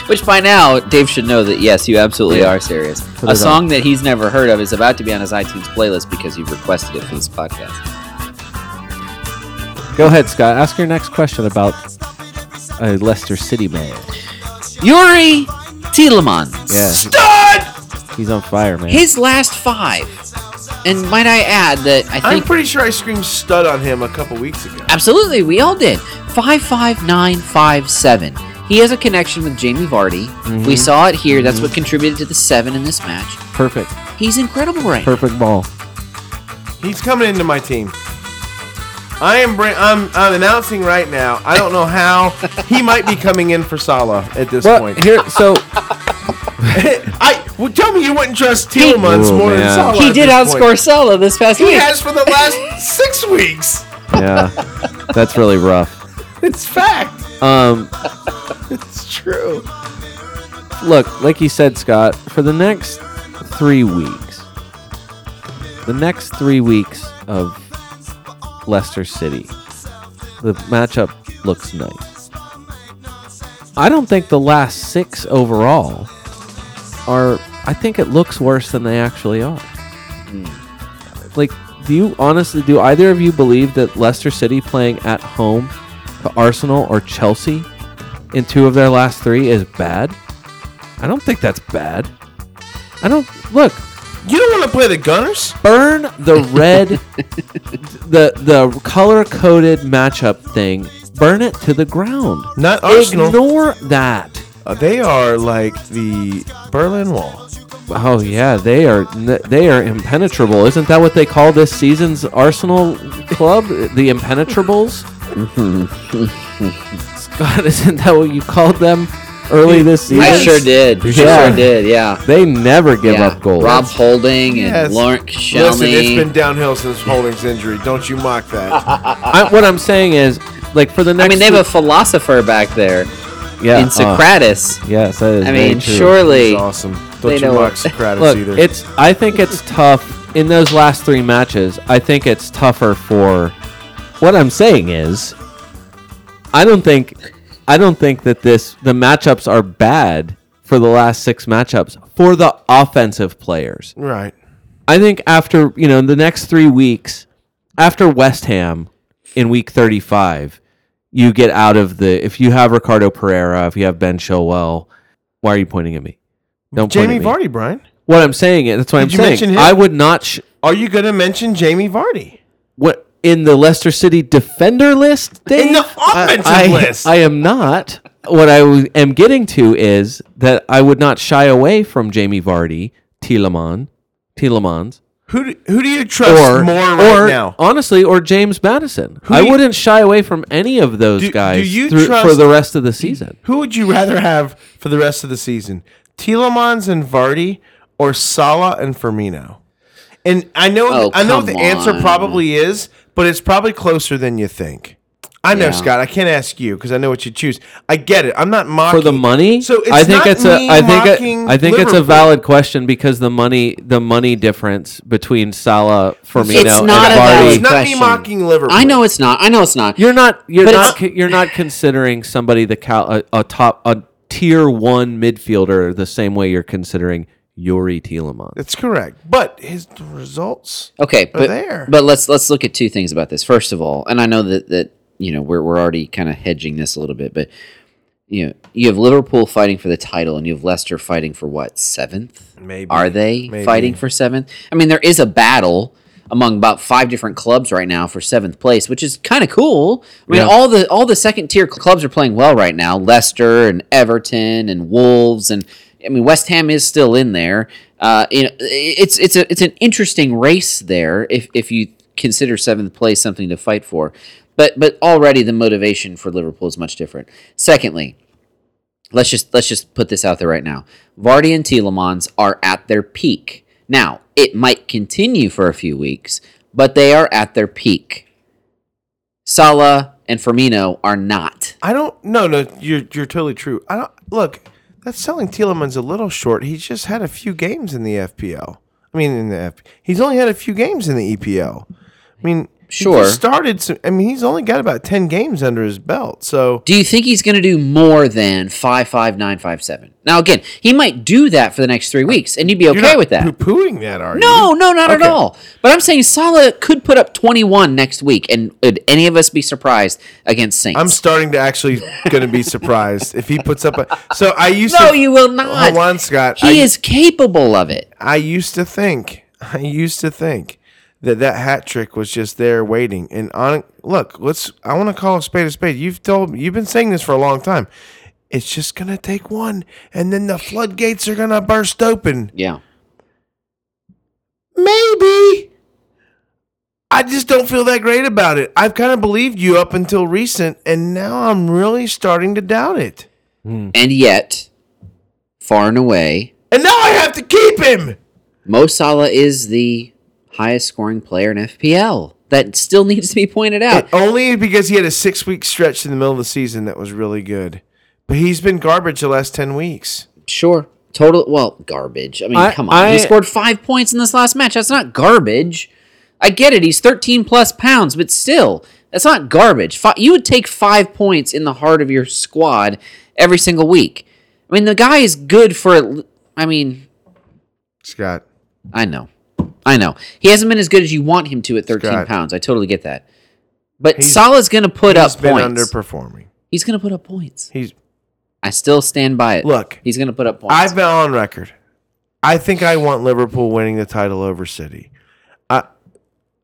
S2: Which by now Dave should know that yes, you absolutely are serious.
S9: it
S2: A
S9: on.
S2: song that he's never heard of is about to be on his iTunes playlist because you've requested it for this podcast.
S9: Go ahead, Scott. Ask your next question about a Leicester City man.
S2: Yuri Tielemans.
S9: Yeah. He's on fire, man.
S2: His last five, and might I add that I
S8: I'm
S2: think
S8: pretty sure I screamed stud on him a couple weeks ago.
S2: Absolutely, we all did. 55957. He has a connection with Jamie Vardy. We saw it here. That's what contributed to the seven in this match.
S9: Perfect.
S2: He's incredible right now.
S9: Perfect ball.
S8: He's coming into my team. I am bring, I'm I'm announcing right now. I don't know how he might be coming in for Salah at this
S9: Well,
S8: point. *laughs*
S9: *laughs* here, so
S8: I well, tell me you wouldn't trust Tielemans
S9: Ooh,
S8: more than
S9: man.
S8: Salah.
S2: He
S8: at
S2: did
S8: this point.
S2: outscore Salah this past
S8: He
S2: week.
S8: has for the last six weeks.
S9: yeah, that's really rough.
S8: It's fact.
S9: Um,
S8: It's true.
S9: look, like you said, Scott, for the next three weeks, the next three weeks of Leicester City. The matchup looks nice. I don't think the last six overall are. I think it looks worse than they actually are. Like, do you honestly do either of you believe that Leicester City playing at home to Arsenal or Chelsea in two of their last three is bad? I don't think that's bad. I don't look.
S8: You don't want to play the Gunners?
S9: Burn the
S2: *laughs*
S9: red, the the color coded matchup thing. Burn it to the ground.
S8: Not Arsenal.
S9: Ignore that.
S8: Uh, they are like the Berlin Wall.
S9: Oh yeah, they are they are impenetrable. Isn't that what they call this season's Arsenal club? the
S2: *laughs*
S9: impenetrables. Scott, isn't that what you called them early this season?
S2: I sure did.
S9: Yeah.
S2: Sure did. Yeah.
S9: They never give
S2: yeah.
S9: up goals.
S2: Rob Holding
S8: Yes.
S2: and Lawrence
S8: Listen, it's
S2: Shelby.
S8: been downhill since Holding's injury. Don't you mock that.
S9: I, what I'm saying is, like for the
S2: I
S9: next.
S2: mean, they have a
S9: have
S2: philosopher back there
S9: yeah,
S2: in Socrates.
S9: uh, yes, that is
S2: I
S9: very
S2: mean,
S9: true.
S2: surely.
S8: It's awesome.
S2: *laughs* They
S8: Don't you
S2: know
S8: mock
S2: it.
S8: Socrates
S9: Look,
S8: either.
S9: it's. I think it's tough in those last three matches. I think it's tougher for. What I'm saying is, I don't think, I don't think that this the matchups are bad for the last six matchups for the offensive players.
S8: right.
S9: I think after you know the next three weeks, after West Ham in week thirty-five, you get out of the. If you have Ricardo Pereira, if you have Ben Chilwell, why are you pointing at me? Don't
S8: Jamie
S9: point at me.
S8: Vardy, Brian.
S9: What I'm saying is that's what
S8: Did
S9: I'm
S8: you
S9: saying.
S8: mention him?
S9: I would not. Sh-
S8: Are you going to mention Jamie Vardy?
S9: what in the Leicester City defender list? Dave?
S8: the offensive
S9: I, I,
S8: list.
S9: I am not. What I w- am getting to is that I would not shy away from Jamie Vardy, Tielemans, Tielemans,
S8: Who do, who do you *laughs* trust
S9: or
S8: more right
S9: or
S8: now?
S9: honestly, or James Madison.
S8: Who
S9: I
S8: do you-
S9: wouldn't shy away from any of those
S8: Do- do
S9: guys
S8: you
S9: through- for
S8: trust-
S9: the rest of the season.
S8: Who would you rather have for the rest of the season? Telemans and Vardy or Salah and Firmino? And I know
S2: Oh,
S8: I know what the
S2: come
S8: answer
S2: on.
S8: probably is, but it's probably closer than you think. I know,
S2: Yeah.
S8: Scott. I can't ask you because I know what you choose. I get it. I'm not mocking
S9: For the money,
S8: So it's
S9: I think
S8: not
S9: it's a
S8: me
S9: I think
S8: mocking
S9: it, I think it's a
S8: Liverpool.
S9: valid question because the money the money difference between Salah, Firmino,
S2: It's not
S9: and
S2: a valid
S9: Vardy
S8: It's not me
S2: question.
S8: mocking Liverpool.
S2: I know it's not. I know it's not.
S9: You're not. You're
S2: But
S9: not.
S2: it's-
S9: co- You're not considering somebody the cal- a, a top a tier one midfielder the same way you're considering Yuri Tielemans.
S8: It's correct, but his results.
S2: Okay,
S8: are
S2: but
S8: there.
S2: but let's let's look at two things about this. First of all, and I know that that you know we're we're already kind of hedging this a little bit, but you know you have Liverpool fighting for the title, and you have Leicester fighting for what seventh?
S8: Maybe.
S2: are they
S8: Maybe.
S2: fighting for seventh? I mean, there is a battle among about five different clubs right now for seventh place, which is kind of cool. I mean, all the all the second tier clubs are playing well right now. Leicester and Everton and Wolves and I mean West Ham is still in there. Uh, you know, it's it's a it's an interesting race there if if you consider seventh place something to fight for. But but already the motivation for Liverpool is much different. Secondly, let's just let's just put this out there right now. Vardy and Telemans are at their peak. Now, it might continue for a few weeks, but they are at their peak. Salah and Firmino are not.
S8: I don't. No, no. You're you're totally true. I don't look. That's selling Telemans a little short. He's just had a few games in the FPL. I mean, in the F, he's only had a few games in the EPL. I mean, he
S2: Sure.
S8: just started. Some, I mean, he's only got about ten games under his belt. So
S2: Do you think he's going to do more than 55957? Now again, he might do that for the next 3 weeks and you'd be okay with that.
S8: Poo pooing that, are you?
S2: No, no, not
S8: Okay.
S2: at all. But I'm saying Salah could put up 21 next week and would any of us be surprised against Saints?
S8: I'm starting to actually going to be surprised if he puts up a. So I used
S2: *laughs* no,
S8: to.
S2: you will not.
S8: Hold on, Scott.
S2: He
S8: I-
S2: is capable of it.
S8: I used to think, *laughs* I used to think that that hat trick was just there waiting. And on, look, let's. I want to call a spade a spade. You've told, you've been saying this for a long time. It's just gonna take one, and then the floodgates are gonna burst open.
S2: Yeah.
S8: Maybe. I just don't feel that great about it. I've kind of believed you up until recent, and now I'm really starting to doubt it.
S2: And yet, far and away,
S8: And now I have to keep him.
S2: Mo Salah is the highest scoring player in FPL. That still needs to be pointed out.
S8: *laughs* Only because he had a six week stretch in the middle of the season that was really good. But he's been garbage the last 10 weeks.
S2: Sure. Total, well, garbage. I mean,
S9: I-
S2: come on. he
S9: I-
S2: scored five points in this last match. That's not garbage. I get it. He's 13 plus pounds, but still, that's not garbage. Fi you would take five points in the heart of your squad every single week. I mean, the guy is good for. at l- I mean,
S8: Scott.
S2: I know, I know. He hasn't been as good as you want him to at 13
S8: Scott.
S2: pounds. I totally get that. But
S8: He's-
S2: Salah's going to put
S8: He's
S2: up
S8: been
S2: points.
S8: underperforming.
S2: he's going to put up points.
S8: He's
S2: I still stand by it.
S8: Look,
S2: he's going to put up points.
S8: I've been on record. I think I want Liverpool winning the title over City. I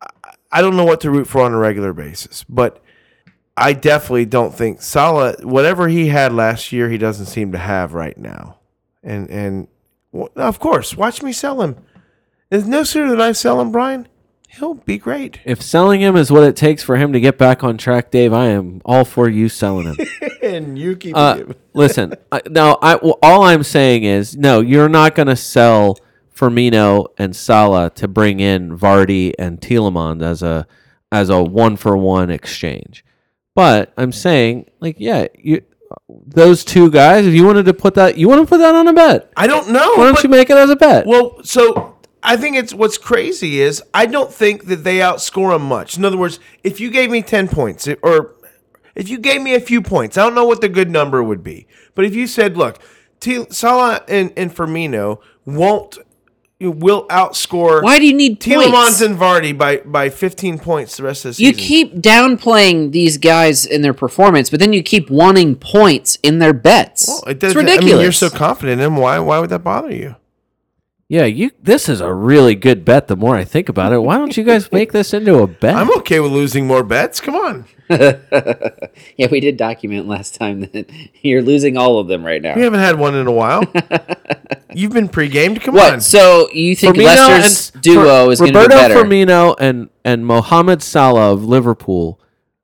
S8: I- I don't know what to root for on a regular basis, but I definitely don't think Salah whatever he had last year he doesn't seem to have right now. And and well, of course, watch me sell him. There's no sooner than I sell him, Brian. He'll be great.
S9: If selling him is what it takes for him to get back on track, Dave, I am all for you selling him.
S8: and you *laughs* keep
S9: Uh, listen, I, no, I well, all I'm saying is no, you're not going to sell Firmino and Salah to bring in Vardy and Tielemans as a as a one for one exchange. But I'm saying like yeah, you those two guys, if you wanted to put that, you want to put that on a bet.
S8: I don't know.
S9: Why don't
S8: but-
S9: you make it as a bet?
S8: Well, so I think it's what's crazy is I don't think that they outscore them much. In other words, if you gave me 10 points it- or if you gave me a few points, I don't know what the good number would be. But if you said, look, T- Salah and, and Firmino won't will outscore
S2: Why do you need points?
S8: Tielemans and Vardy by by 15 points the rest of the
S2: You
S8: season.
S2: keep downplaying these guys in their performance, but then you keep wanting points in their bets.
S8: Well, it
S2: it's
S8: doesn't,
S2: ridiculous.
S8: I mean, you're so confident in him. Why why would that bother you?
S9: yeah, you. This is a really good bet. The more I think about it, why don't you guys make this into a bet?
S8: I'm okay with losing more bets. Come on.
S2: *laughs* yeah, we did document last time that *laughs* you're losing all of them right now.
S8: We haven't had one in a
S2: *laughs*
S8: while. You've been pre-gamed. Come
S2: what?
S8: on.
S2: So you think
S9: Firmino
S2: Leicester's
S9: and-
S2: duo
S9: Fir-
S2: is going to be
S9: Roberto
S2: better?
S9: Firmino and and Mohamed Salah of Liverpool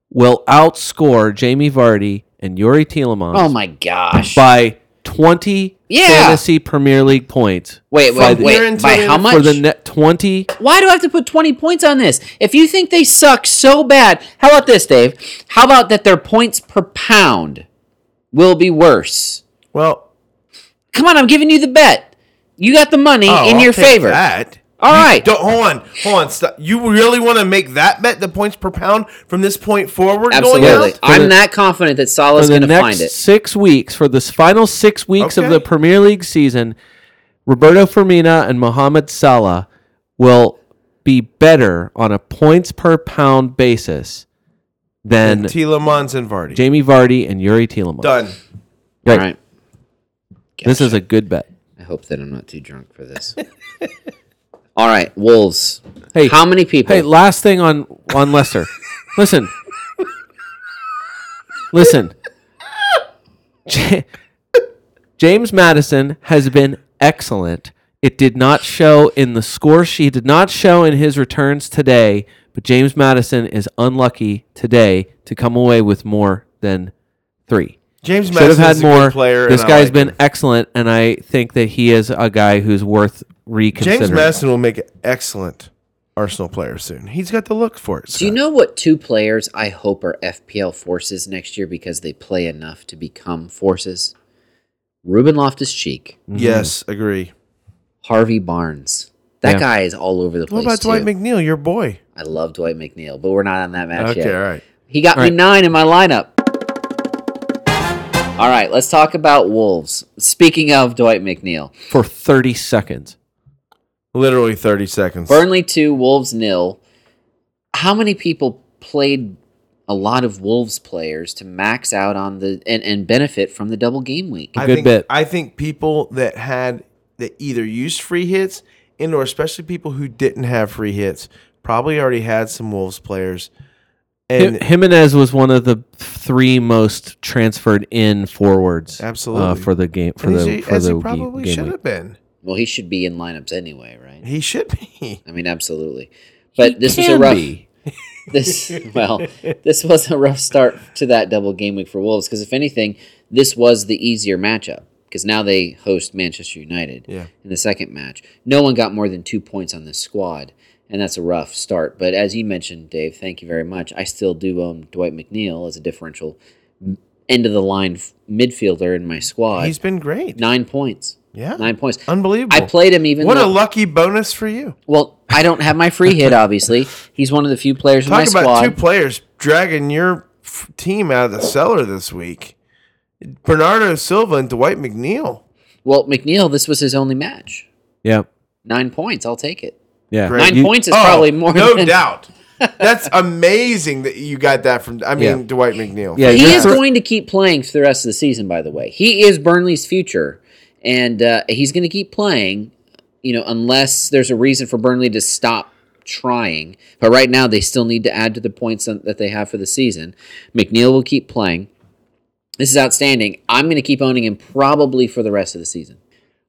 S9: will outscore Jamie Vardy and Yuri Tielemans
S2: oh my gosh!
S9: by 20
S2: Yeah.
S9: fantasy Premier League points.
S2: wait,
S9: by
S2: wait,
S9: the-
S8: You're
S2: wait!
S8: into
S2: By
S8: it
S2: how
S8: for
S2: much?
S9: For the net 20
S2: Why do I have to put 20 points on this? If you think they suck so bad, how about this, Dave? How about that their points per pound will be worse?
S8: Well,
S2: Come on, I'm giving you the bet. You got the money
S8: oh,
S2: in
S8: I'll
S2: your
S8: take
S2: favor.
S8: That.
S2: All
S8: You
S2: right.
S8: Don't, hold on. Hold on. Stop. You really want to make that bet the points per pound from this point forward going
S2: Absolutely.
S8: out?
S2: I'm that confident that Salah's
S9: for the
S2: going to
S9: next
S2: find it.
S9: 6 weeks for this final 6 weeks of
S8: Okay.
S9: the Premier League season Roberto Firmino and Mohamed Salah will be better on a points per pound basis than
S8: Telemans and Vardy.
S9: Jamie Vardy and Yuri Tielemans.
S8: Done.
S2: All
S9: Right.
S2: right.
S9: This is a good bet.
S2: I hope that I'm not too drunk for this. *laughs* All right, Wolves.
S9: Hey,
S2: How many people?
S9: Hey, last thing on
S8: *laughs*
S9: on Lester. Listen, listen. Ja- James Madison has been excellent. It did not show in the score sheet. Did not show in his returns today. But James Madison is unlucky today to come away with more than three.
S8: James
S9: Should have
S8: Madison
S9: had
S8: is a
S9: more.
S8: good player.
S9: this
S8: and I
S9: guy's
S8: like
S9: been
S8: him.
S9: excellent, and I think that he is a guy who's worth reconsidering.
S8: James Madison will make an excellent Arsenal player soon. He's got the look for it.
S2: Do you
S8: Scott.
S2: know what two players I hope are FPL forces next year because they play enough to become forces? Ruben Loftus Cheek,
S8: Yes, agree.
S2: Harvey Barnes. That
S9: Yeah.
S2: guy is all over the place.
S8: What about Dwight
S2: too.
S8: McNeil, your boy?
S2: I love Dwight McNeil, but we're not on that match yet.
S8: all right.
S2: He got me
S9: Alright.
S2: nine in my lineup. All right, let's talk about Wolves. Speaking of Dwight McNeil,
S9: for thirty seconds.
S8: Literally 30 seconds.
S2: Burnley 2, Wolves nil. How many people played a lot of Wolves players to max out on the and, and benefit from the double game week?
S9: A
S8: I
S9: good
S8: think,
S9: bet.
S8: I think people that had that either used free hits and or especially people who didn't have free hits probably already had some Wolves players. And
S9: Hi- Jimenez was one of the three most transferred in forwards. uh,
S8: Absolutely.
S9: for the game for
S8: and
S9: the
S8: he-
S9: for
S8: as
S9: the
S8: he
S9: ge-
S8: probably
S9: game
S8: should
S9: week.
S8: have been.
S2: Well, he should be in lineups anyway, right?
S8: He should be. *laughs*
S2: I mean, absolutely. But this was a rough. *laughs* This
S8: *laughs*
S2: well, this was a rough start to that double game week for Wolves because if anything, this was the easier matchup because now they host Manchester United
S8: Yeah.
S2: in the second match. No one got more than two points on this squad, and that's a rough start. But as you mentioned, Dave, thank you very much. I still do own Dwight McNeil as a differential end of the line f- midfielder in my squad.
S8: He's been great.
S2: nine points.
S8: Yeah.
S2: Nine points.
S8: Unbelievable.
S2: I played him even
S8: What a
S2: though-
S8: lucky bonus for you.
S2: Well, I don't have my free hit, obviously. He's one of the few players in my
S8: Talk about
S2: squad.
S8: two players dragging your f- team out of the cellar this week. Bernardo Silva and Dwight McNeil.
S2: well, McNeil, this was his only match.
S9: Yeah.
S2: Nine points. I'll take it.
S9: Yeah.
S8: Great.
S2: Nine
S9: You-
S2: points is
S8: Oh,
S2: probably more
S8: No
S2: than *laughs*
S8: doubt. That's amazing that you got that from. I mean,
S9: Yeah.
S8: Dwight McNeil.
S9: Yeah,
S2: He
S9: you're
S2: is
S9: thro-
S2: going to keep playing for the rest of the season, by the way. He is Burnley's future, and uh, he's going to keep playing, you know, unless there's a reason for Burnley to stop trying. But right now, they still need to add to the points on- that they have for the season. McNeil will keep playing. This is outstanding. I'm going to keep owning him probably for the rest of the season.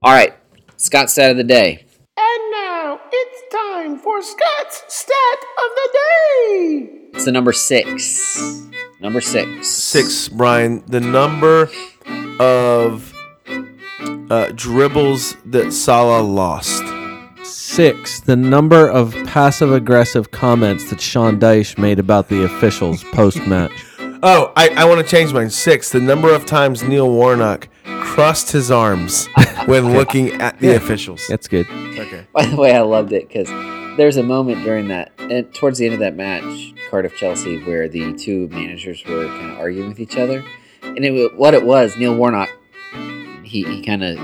S2: All right, Scott's stat of the day.
S11: And now it's time for Scott's stat of the day.
S2: It's the number six. Number six.
S8: Six, Brian. The number of uh, dribbles that Salah lost.
S9: Six, the number of passive aggressive comments that Sean Dyche made about the officials post match.
S8: Oh, I, I want to change mine. Six, the number of times Neil Warnock crossed his
S9: *laughs*
S8: arms when looking at the officials.
S9: That's good.
S8: Okay.
S2: *laughs* By the way, I loved it because there's a moment during that, and towards the end of that match, Cardiff Chelsea, where the two managers were kind of arguing with each other, and it wa- what it was, Neil Warnock, he, he kind of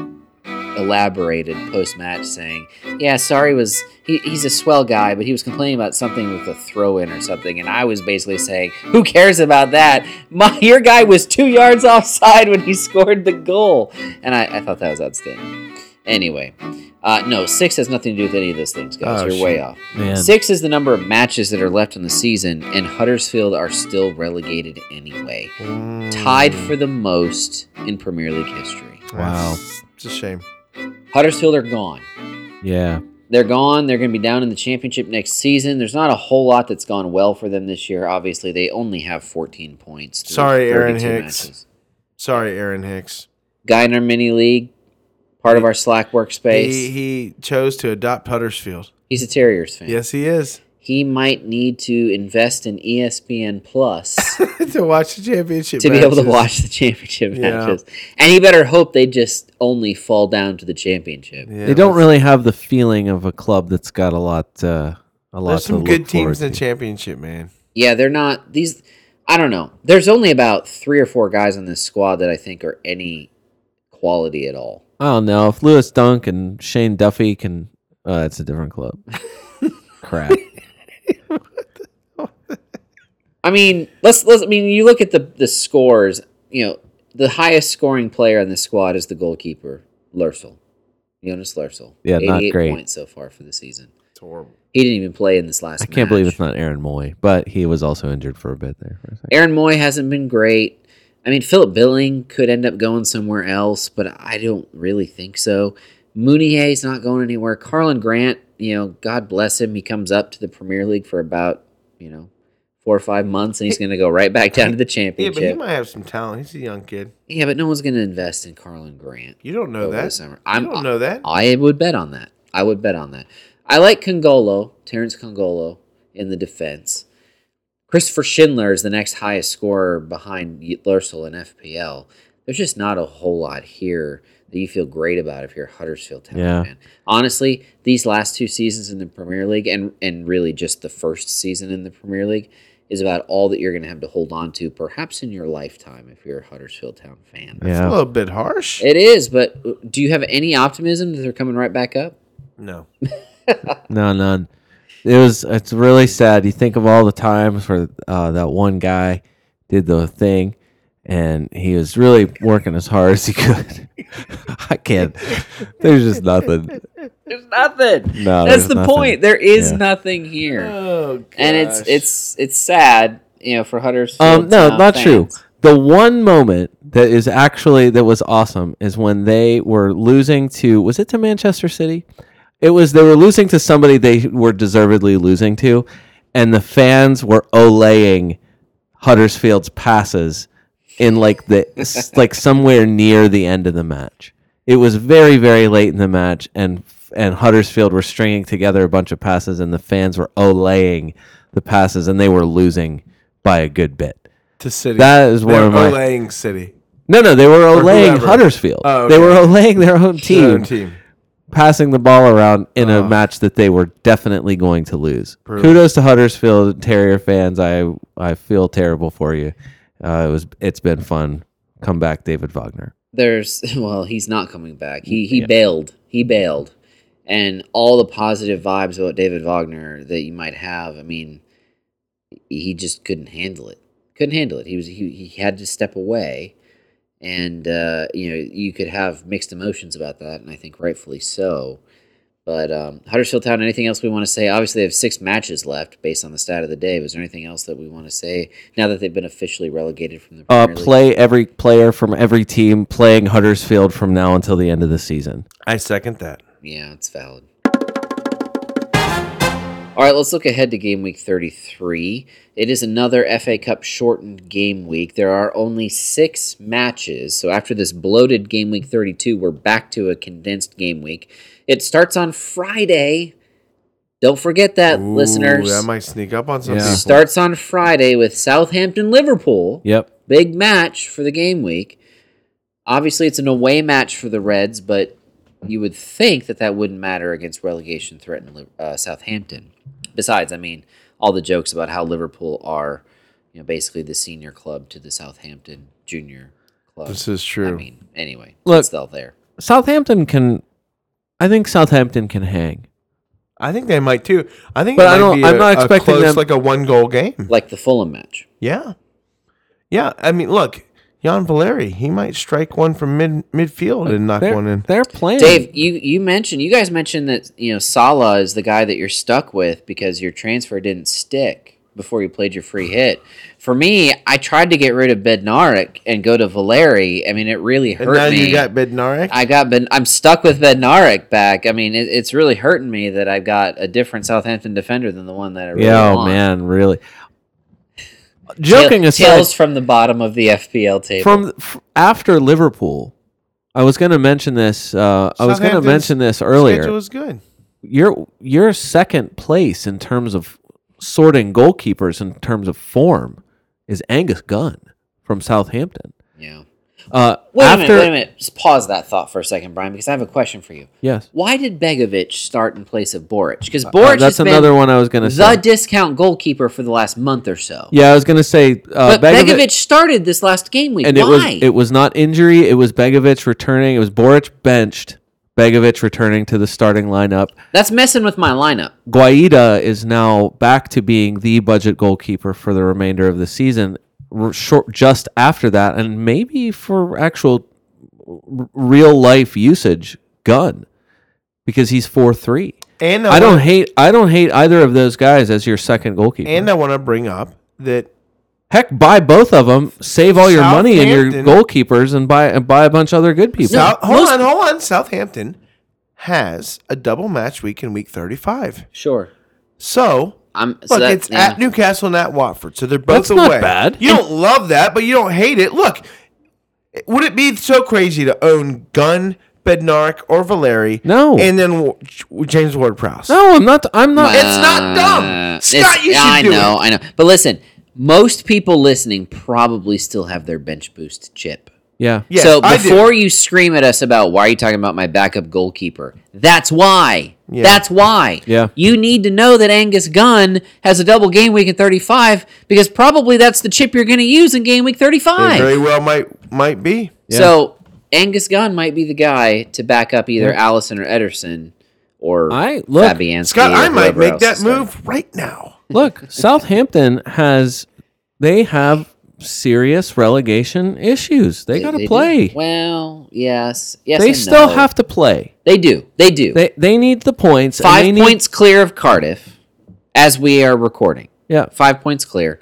S2: elaborated post match saying, "Yeah, sorry was he, he's a swell guy, but he was complaining about something with a throw in or something," and I was basically saying, "Who cares about that? My your guy was two yards offside when he scored the goal," and I, I thought that was outstanding. Anyway, uh, no, six has nothing to do with any of those things, guys.
S8: Oh,
S2: You're
S8: shit.
S2: way off.
S9: Man.
S2: Six is the number of matches that are left in the season, and Huddersfield are still relegated anyway, tied
S8: Mm,
S2: for the most in Premier League history.
S9: Wow.
S8: It's a shame.
S2: Huddersfield are gone.
S9: Yeah.
S2: They're gone. They're going to be down in the championship next season. There's not a whole lot that's gone well for them this year. Obviously, they only have 14 points. through
S8: Sorry, Aaron
S2: 32
S8: Hicks.
S2: matches.
S8: Sorry, Aaron Hicks.
S2: Guy in our mini league, part of our Slack workspace.
S8: He, he chose to adopt Huddersfield.
S2: He's a Terriers fan.
S8: Yes, he is. *laughs*
S2: He might need to invest in E ESPN Plus
S8: *laughs* to watch the championship.
S2: to be able to
S8: matches.
S2: watch the championship
S8: Yeah.
S2: matches. And he better hope they just only fall down to the championship.
S8: Yeah,
S9: they don't really have the feeling of a club that's got a lot uh, a lot
S8: There's
S9: to
S8: some
S9: look
S8: good
S9: forward
S8: teams in the
S9: to.
S8: championship, man.
S2: Yeah, they're not these. I don't know. There's only about three or four guys on this squad that I think are any quality at all.
S9: I don't know if Lewis Dunk and Shane Duffy can. Uh, it's a
S2: *laughs*
S9: different club. Crap.
S2: I mean, let's let's. I mean, you look at the the scores. You know, the highest scoring player on the squad is the goalkeeper, Lursel, Jonas Lursel.
S9: Yeah, not great.
S2: points so far for the season. It's horrible. He didn't even play in this last.
S9: I can't believe it's not Aaron Moy, but he was also injured for a bit there. For
S2: *laughs*
S9: a second.
S2: Aaron Moy hasn't been great. I mean, Philip Billing could end up going somewhere else, but I don't really think so. Mounier's not going anywhere. Carlin Grant, you know, God bless him. He comes up to the Premier League for about, you know, four or five months, and he's going to go right back down to the
S8: Yeah,
S2: championship.
S8: but he might have some talent. He's a young kid.
S2: Yeah, but no one's going to invest in Carlin Grant.
S8: You don't know
S2: over the
S8: that.
S2: summer.
S8: I
S2: I'm-
S8: don't know that.
S2: I would bet on that. I would bet on that. I like Congolo, Terrence Congolo, in the defense. Christopher Schindler is the next highest scorer behind Lursel in FPL. There's just not a whole lot here that you feel great about if you're a Huddersfield Town
S9: Yeah.
S2: fan. Honestly, these last two seasons in the Premier League and, and really just the first season in the Premier League is about all that you're going to have to hold on to, perhaps in your lifetime if you're a Huddersfield Town fan.
S8: It's
S9: Yeah.
S8: a little bit harsh.
S2: It is, but uh, do you have any optimism that they're coming right back up?
S8: no.
S9: No, none. It was. It's really sad. You think of all the times where uh, that one guy did the thing, and he was really working as hard as he could. *laughs* I can't. There's just nothing.
S2: There's nothing. That's
S9: No, Uh, there's
S2: the
S9: nothing.
S2: point. There is
S9: Yeah.
S2: nothing here,
S8: Oh,
S2: and it's it's it's sad, you know, for Huddersfield.
S9: Um, no,
S2: Town
S9: not true.
S2: fans.
S9: The one moment that is actually that was awesome is when they were losing to was it to Manchester City? It was they were losing to somebody they were deservedly losing to, and the fans were olaying Huddersfield's passes in like the s- like somewhere near the end of the match. It was very very late in the match, and and Huddersfield were stringing together a bunch of passes, and the fans were olaying the passes, and they were losing by a good bit.
S8: to City.
S9: That is one
S8: They're
S9: of my-
S8: Olaying City.
S9: No, no, they were
S8: Or
S9: olaying
S8: whoever.
S9: Huddersfield.
S8: Oh,
S9: They
S8: okay.
S9: were olaying their own team,
S8: Their own team. Oh.
S9: passing the ball around in a match that they were definitely going to lose.
S8: Brutal.
S9: Kudos to Huddersfield Terrier fans. I I feel terrible for you. Uh, it was it's been fun. Come back, David Wagner.
S2: there's *laughs* well he's not coming back he he bailed he bailed and all the positive vibes about david wagner that you might have i mean he just couldn't handle it couldn't handle it he was he, he had to step away and uh, you know you could have mixed emotions about that and i think rightfully so but um, huddersfield town anything else we want to say obviously they have six matches left based on the stat of the day was there anything else that we want to say now that they've been officially relegated from the
S9: Uh,
S2: Premier League?
S9: play every player from every team playing Huddersfield from now until the end of the season.
S8: I second that.
S2: Yeah, it's valid. All right, let's look ahead to game week 33. It is another FA Cup shortened game week. There are only six matches. So after this bloated game week 32, we're back to a condensed game week. It starts on Friday. Don't forget that,
S8: Ooh,
S2: Uh, listeners.
S8: that might sneak up on some
S2: It
S8: people.
S2: starts on Friday with Southampton Liverpool.
S9: Yep.
S2: Big match for the game week. Obviously, it's an away match for the Reds, but you would think that that wouldn't matter against relegation threatened uh, Southampton. Besides, I mean, all the jokes about how Liverpool are, you know, basically the senior club to the Southampton junior club.
S8: This is true.
S2: I mean, anyway,
S9: Look-
S2: it's still there.
S9: Southampton can, I think Southampton can hang.
S8: I think they might too. I think
S9: But
S8: it
S9: I
S8: might
S9: don't-
S8: be
S9: I'm
S8: a-
S9: not
S8: a
S9: expecting
S8: close,
S9: them-
S8: like a one goal game.
S2: Like the Fulham match.
S8: Yeah. Yeah. I mean, look, Jan Valeri, he might strike one from mid midfield and knock
S9: They're-
S8: one in.
S9: They're playing.
S2: Dave, you you mentioned you guys mentioned that you know Salah is the guy that you're stuck with because your transfer didn't stick before you played your
S9: *sighs*
S2: free hit. For me, I tried to get rid of Bednarik and go to Valeri. I mean, it really hurt
S8: And now
S2: me.
S8: you got Bednarik.
S2: I got ben, I'm stuck with Bednarik back. I mean, it, it's really hurting me that I've got a different Southampton defender than the one that I really
S9: yeah, oh,
S2: want.
S9: man, really.
S2: Tail-
S9: Joking aside,
S2: tales from the bottom of the FPL table.
S9: from f- after Liverpool, I was going to mention this. Uh, I was going to
S8: Southampton's
S9: mention this
S8: Schedule
S9: earlier.
S8: was good.
S9: You're you're second place in terms of sorting goalkeepers in terms of form is Angus Gunn from Southampton.
S2: yeah.
S9: Uh,
S2: Wait a
S9: after
S2: minute, wait a minute. Just pause that thought for a second, Brian, because I have a question for you.
S9: yes,
S2: Why did Begovic start in place of Boric? Because
S9: Uh,
S2: Boric
S9: that's
S2: has
S9: another
S2: been
S9: one I was going to
S2: the
S9: say.
S2: discount goalkeeper for the last month or so.
S9: yeah, I was going to say uh,
S2: but
S9: Begovic-
S2: Begovic, started this last game week.
S9: and
S2: Why?
S9: it was it was not injury. It was Begovic returning. It was Boric benched. Begovic returning to the starting lineup.
S2: That's messing with my lineup.
S9: Guaida is now back to being the budget goalkeeper for the remainder of the season. r- Short just after that, and maybe for actual r- real life usage, gun because he's four three.
S8: And
S9: I
S8: wanna-
S9: don't hate I don't hate either of those guys as your second goalkeeper.
S8: And I want to bring up that
S9: Heck, buy both of them. Save all your money in your
S8: Southampton-
S9: goalkeepers, and buy and buy a bunch of other good people.
S8: South, hold on, hold on. Southampton has a double match week in week 35.
S2: Sure.
S8: So,
S2: I'm so
S8: look,
S2: that-
S8: it's
S2: yeah.
S8: at Newcastle and at Watford. So they're both
S9: That's not
S8: away.
S9: bad.
S8: You don't love that, but you don't hate it. Look, would it be so crazy to own Gunn, Bednarik, or Valeri?
S9: No.
S8: And then w- James Ward Prowse?
S9: No, I'm not. I'm not.
S8: It's not
S2: Uh,
S8: dumb. Scott,
S2: it's-
S8: you should
S2: I
S8: do
S2: know,
S8: it.
S2: I know. But listen, most people listening probably still have their bench boost chip.
S9: yeah.
S8: Yes,
S2: so
S8: I do.
S2: before you scream at us about why are you talking about my backup goalkeeper, that's why.
S8: Yeah.
S2: That's why.
S9: Yeah.
S2: You need to know that Angus Gunn has a double game week in 35 because probably that's the chip you're going to use in game week
S8: It
S2: 35.
S8: very well might might be.
S2: So Angus Gunn might be the guy to back up either Allison or Ederson or
S9: I- look,
S2: Fabianski.
S8: Scott,
S2: or
S8: I might
S2: whoever
S8: make
S2: else
S8: that
S2: is starting.
S8: move right now.
S9: Look, Southampton has they have serious relegation issues. They, got
S2: They
S9: to
S2: do.
S9: play.
S2: Well, yes. Yes.
S9: they
S2: and
S9: still
S2: no.
S9: have to play.
S2: They do. They do.
S9: They they need the points. and
S2: Five
S9: they need-
S2: points clear of Cardiff as we are recording.
S9: Yeah.
S2: Five points clear.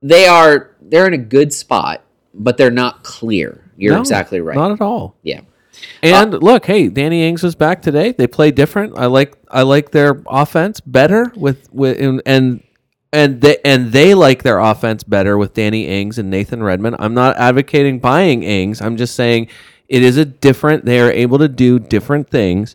S2: They are they're in a good spot, but they're not clear. You're
S9: No,
S2: exactly right.
S9: Not at all.
S2: yeah.
S9: And look, hey, Danny Ings was back today. They play different. I like I like their offense better with with and and and they and they like their offense better with Danny Ings and Nathan Redmond. I'm not advocating buying Ings. I'm just saying it is a different. They are able to do different things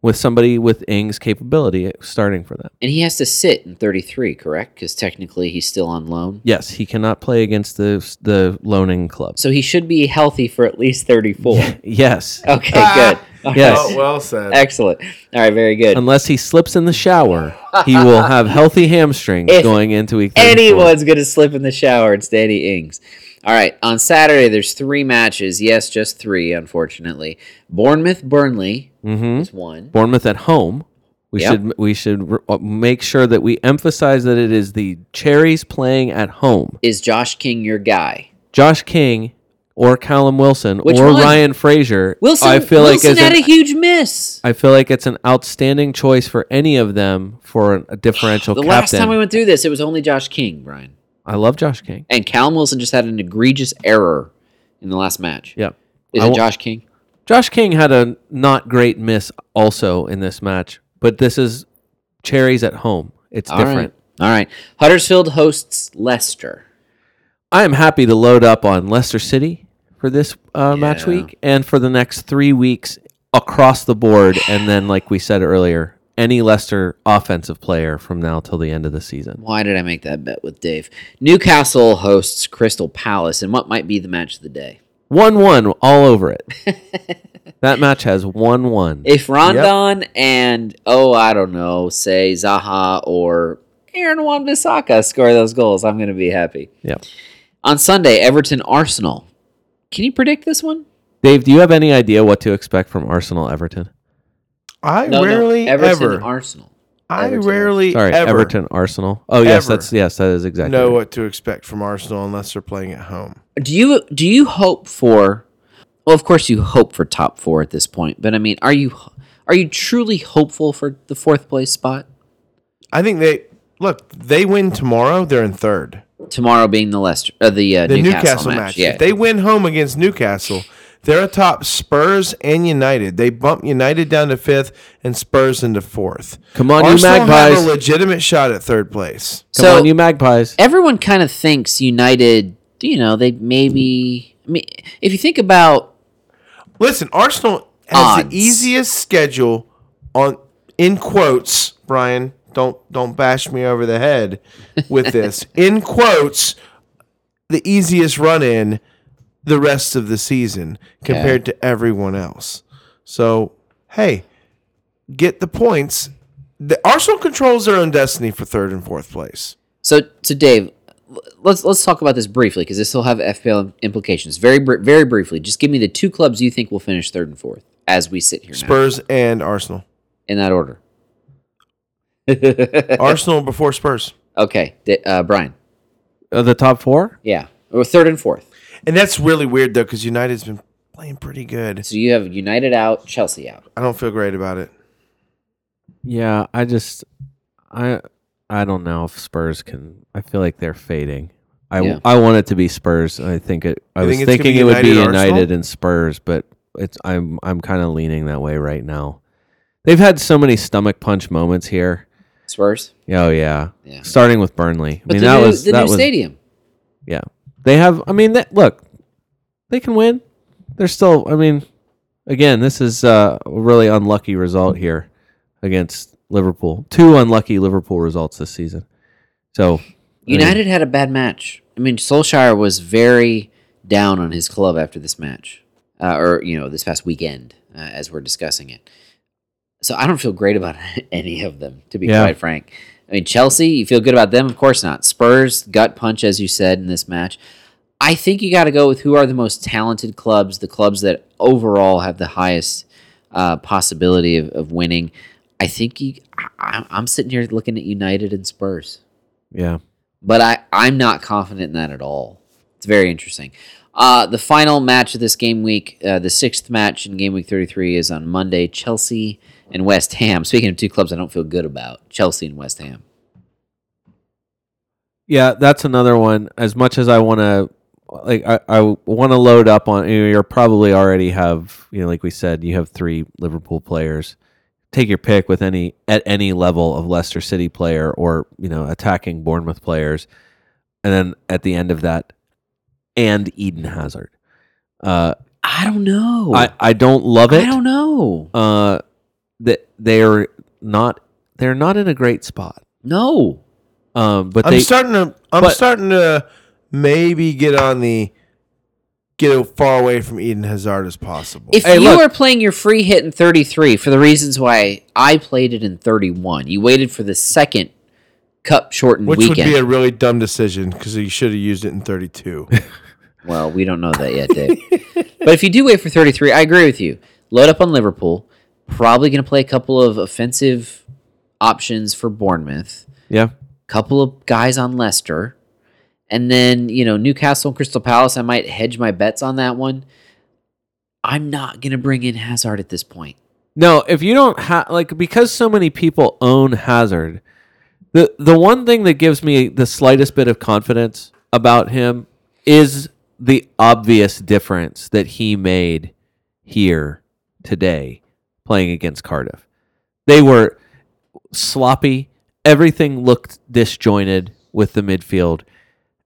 S9: with somebody with Ing's capability at- starting for them.
S2: And he has to sit in 33, correct? Because technically he's still on loan.
S9: Yes, he cannot play against the the loaning club.
S2: So he should be healthy for at least 34.
S9: *laughs* Yes.
S2: *laughs* Okay, good. All
S9: *laughs* Yes.
S2: right.
S8: Oh, well said.
S2: Excellent. All right, very good.
S9: Unless he slips in the shower, he will have healthy hamstrings
S2: If
S9: going into week. 34.
S2: Anyone's going to slip in the shower, it's Danny Ings. All right, on Saturday, there's three matches. Yes, just three, unfortunately. Bournemouth, Burnley.
S9: Mhm.
S2: is one.
S9: Bournemouth at home. We
S2: Yep.
S9: should we should re- uh, make sure that we emphasize that it is the Cherries playing at home.
S2: Is Josh King your guy?
S9: Josh King or Callum Wilson
S2: Which
S9: or
S2: one?
S9: Ryan Frazier.
S2: Wilson,
S9: I feel
S2: Wilson
S9: like is
S2: had
S9: an,
S2: a huge miss.
S9: I feel like it's an outstanding choice for any of them for an- a
S2: *sighs*
S9: differential
S2: The
S9: captain.
S2: last time we went through this, it was only Josh King, Brian.
S9: I love Josh King.
S2: And Callum Wilson just had an egregious error in the last match.
S9: Yep.
S2: Is
S9: I
S2: it
S9: wa-
S2: Josh King?
S9: Josh King had a not great miss also in this match, but this is Cherries at home. It's
S2: All right.
S9: different.
S2: All right. Huddersfield hosts Leicester.
S9: I am happy to load up on Leicester City for this uh, match week and for the next three weeks across the board. And then, like we said earlier, any Leicester offensive player from now till the end of the season.
S2: Why did I make that bet with Dave? Newcastle hosts Crystal Palace and what might be the match of the day.
S9: 1 1 all over it.
S8: *laughs*
S9: that match has 1 1.
S2: If Rondon and oh, I don't know, say Zaha or Aaron Wan Bissaka score those goals, I'm gonna be happy.
S9: Yep.
S2: On Sunday, Everton Arsenal. Can you predict this one?
S9: Dave, do you have any idea what to expect from Arsenal Everton?
S8: I
S2: No, no,
S8: rarely
S2: Everton
S8: ever.
S2: Arsenal.
S8: I
S2: Everton.
S8: rarely
S9: Sorry,
S8: ever
S9: Everton Arsenal. Oh, yes,
S8: Ever.
S9: that's yes, that is exactly.
S8: know
S9: right.
S8: what to expect from Arsenal unless they're playing at home.
S2: Do you do you hope for? Well, of course you hope for top four at this point, but I mean, are you are you truly hopeful for the fourth place spot
S8: I think they look. They win tomorrow. They're in third.
S2: tomorrow being the Leicester, uh, the, uh,
S8: The
S2: Newcastle,
S8: Newcastle,
S2: match?
S8: match.
S2: Yeah,
S8: If they win home against Newcastle, they're atop Spurs and United. They bump United down to fifth and Spurs into fourth.
S9: Come on, you
S8: Arsenal
S9: Magpies.
S8: Have a legitimate shot at third place.
S9: Come on, you Magpies.
S8: E
S2: everyone kind of thinks United. You know, they maybe. I mean, if you think about
S8: Listen, Arsenal has
S2: Odds.
S8: the easiest schedule on in quotes, Brian. Don't don't bash me over the head with this. in quotes, the easiest run in the rest of the season compared to everyone else. So, hey, get the points. The Arsenal controls their own destiny for third and fourth place.
S2: so, so Dave, l- let's let's talk about this briefly because this will have FPL implications. Very br- very briefly, just give me the two clubs you think will finish third and fourth as we sit here now,
S8: Spurs and Arsenal.
S2: in that order.
S8: Arsenal before Spurs.
S2: Okay, D- uh, Brian.
S9: Uh, the top four?
S2: Yeah, or third and fourth.
S8: And that's really weird though cuz United's been playing pretty good.
S2: So you have United out, Chelsea out.
S8: I don't feel great about it.
S9: Yeah, I just I I don't know if Spurs can I feel like they're fading. I
S2: Yeah.
S9: I want it to be Spurs. I think it I
S8: You
S9: was
S8: think it's gonna
S9: thinking
S8: be
S9: it would be
S8: United,
S9: United
S8: Arsenal?
S9: and Spurs, but it's I'm I'm kind of leaning that way right now. They've had so many stomach punch moments here.
S2: Spurs.
S9: Oh yeah.
S2: Yeah.
S9: Starting with Burnley. I
S2: But
S9: mean
S2: the
S9: that
S2: new,
S9: was
S2: the
S9: that
S2: new
S9: was
S2: stadium.
S9: yeah. They have I mean that look. They can win. They're still I mean again, this is uh, a really unlucky result here against Liverpool. Two unlucky Liverpool results this season. So I mean,
S2: United had a bad match. I mean, Solskjaer was very down on his club after this match, uh, or you know, this past weekend, uh, as we're discussing it. So I don't feel great about *laughs* any of them, to be
S9: Yeah.
S2: quite frank. I mean, Chelsea, you feel good about them? Of course not. Spurs, gut punch, as you said in this match. I think you got to go with who are the most talented clubs, the clubs that overall have the highest uh, possibility of, of winning. I think you, I, I'm- I'm sitting here looking at United and Spurs
S9: yeah.
S2: but I, I'm not confident in that at all. It's very interesting. Uh, the final match of this game week, uh, the sixth match in game week 33, is on Monday. Chelsea and West Ham. *laughs* Speaking of two clubs I don't feel good about, Chelsea and West Ham.
S9: Yeah, that's another one. As much as I want to, like, I, I want to load up on. You know, you're probably already have, you know, like we said, you have three Liverpool players. Take your pick with any at any level of Leicester City player or you know attacking Bournemouth players, and then at the end of that, and Eden Hazard. Uh,
S2: I don't know.
S9: I I don't love it.
S2: I don't know.
S9: Uh, that they're not they're not in a great spot.
S2: No.
S9: Um, but
S8: I'm
S9: they,
S8: starting to. I'm
S9: but-
S8: starting to maybe get on the get as far away from Eden Hazard as possible.
S2: If you were playing your free hit in 33 for the reasons why I played it in 31, you waited for the second cup shortened
S8: which
S2: weekend.
S8: would be a really dumb decision because you should have used it in
S2: *laughs*
S8: 32.
S2: well, we don't know that yet, Dave. but if you do wait for 33, I agree with you. Load up on Liverpool. Probably going to play a couple of offensive options for Bournemouth.
S9: Yeah.
S2: Couple of guys on Leicester. And then, you know, Newcastle and Crystal Palace, I might hedge my bets on that one. I'm not going to bring in Hazard at this point.
S9: No, if you don't have like because so many people own Hazard, the the one thing that gives me the slightest bit of confidence about him is the obvious difference that he made here today playing against Cardiff. They were sloppy. Everything looked disjointed with the midfield.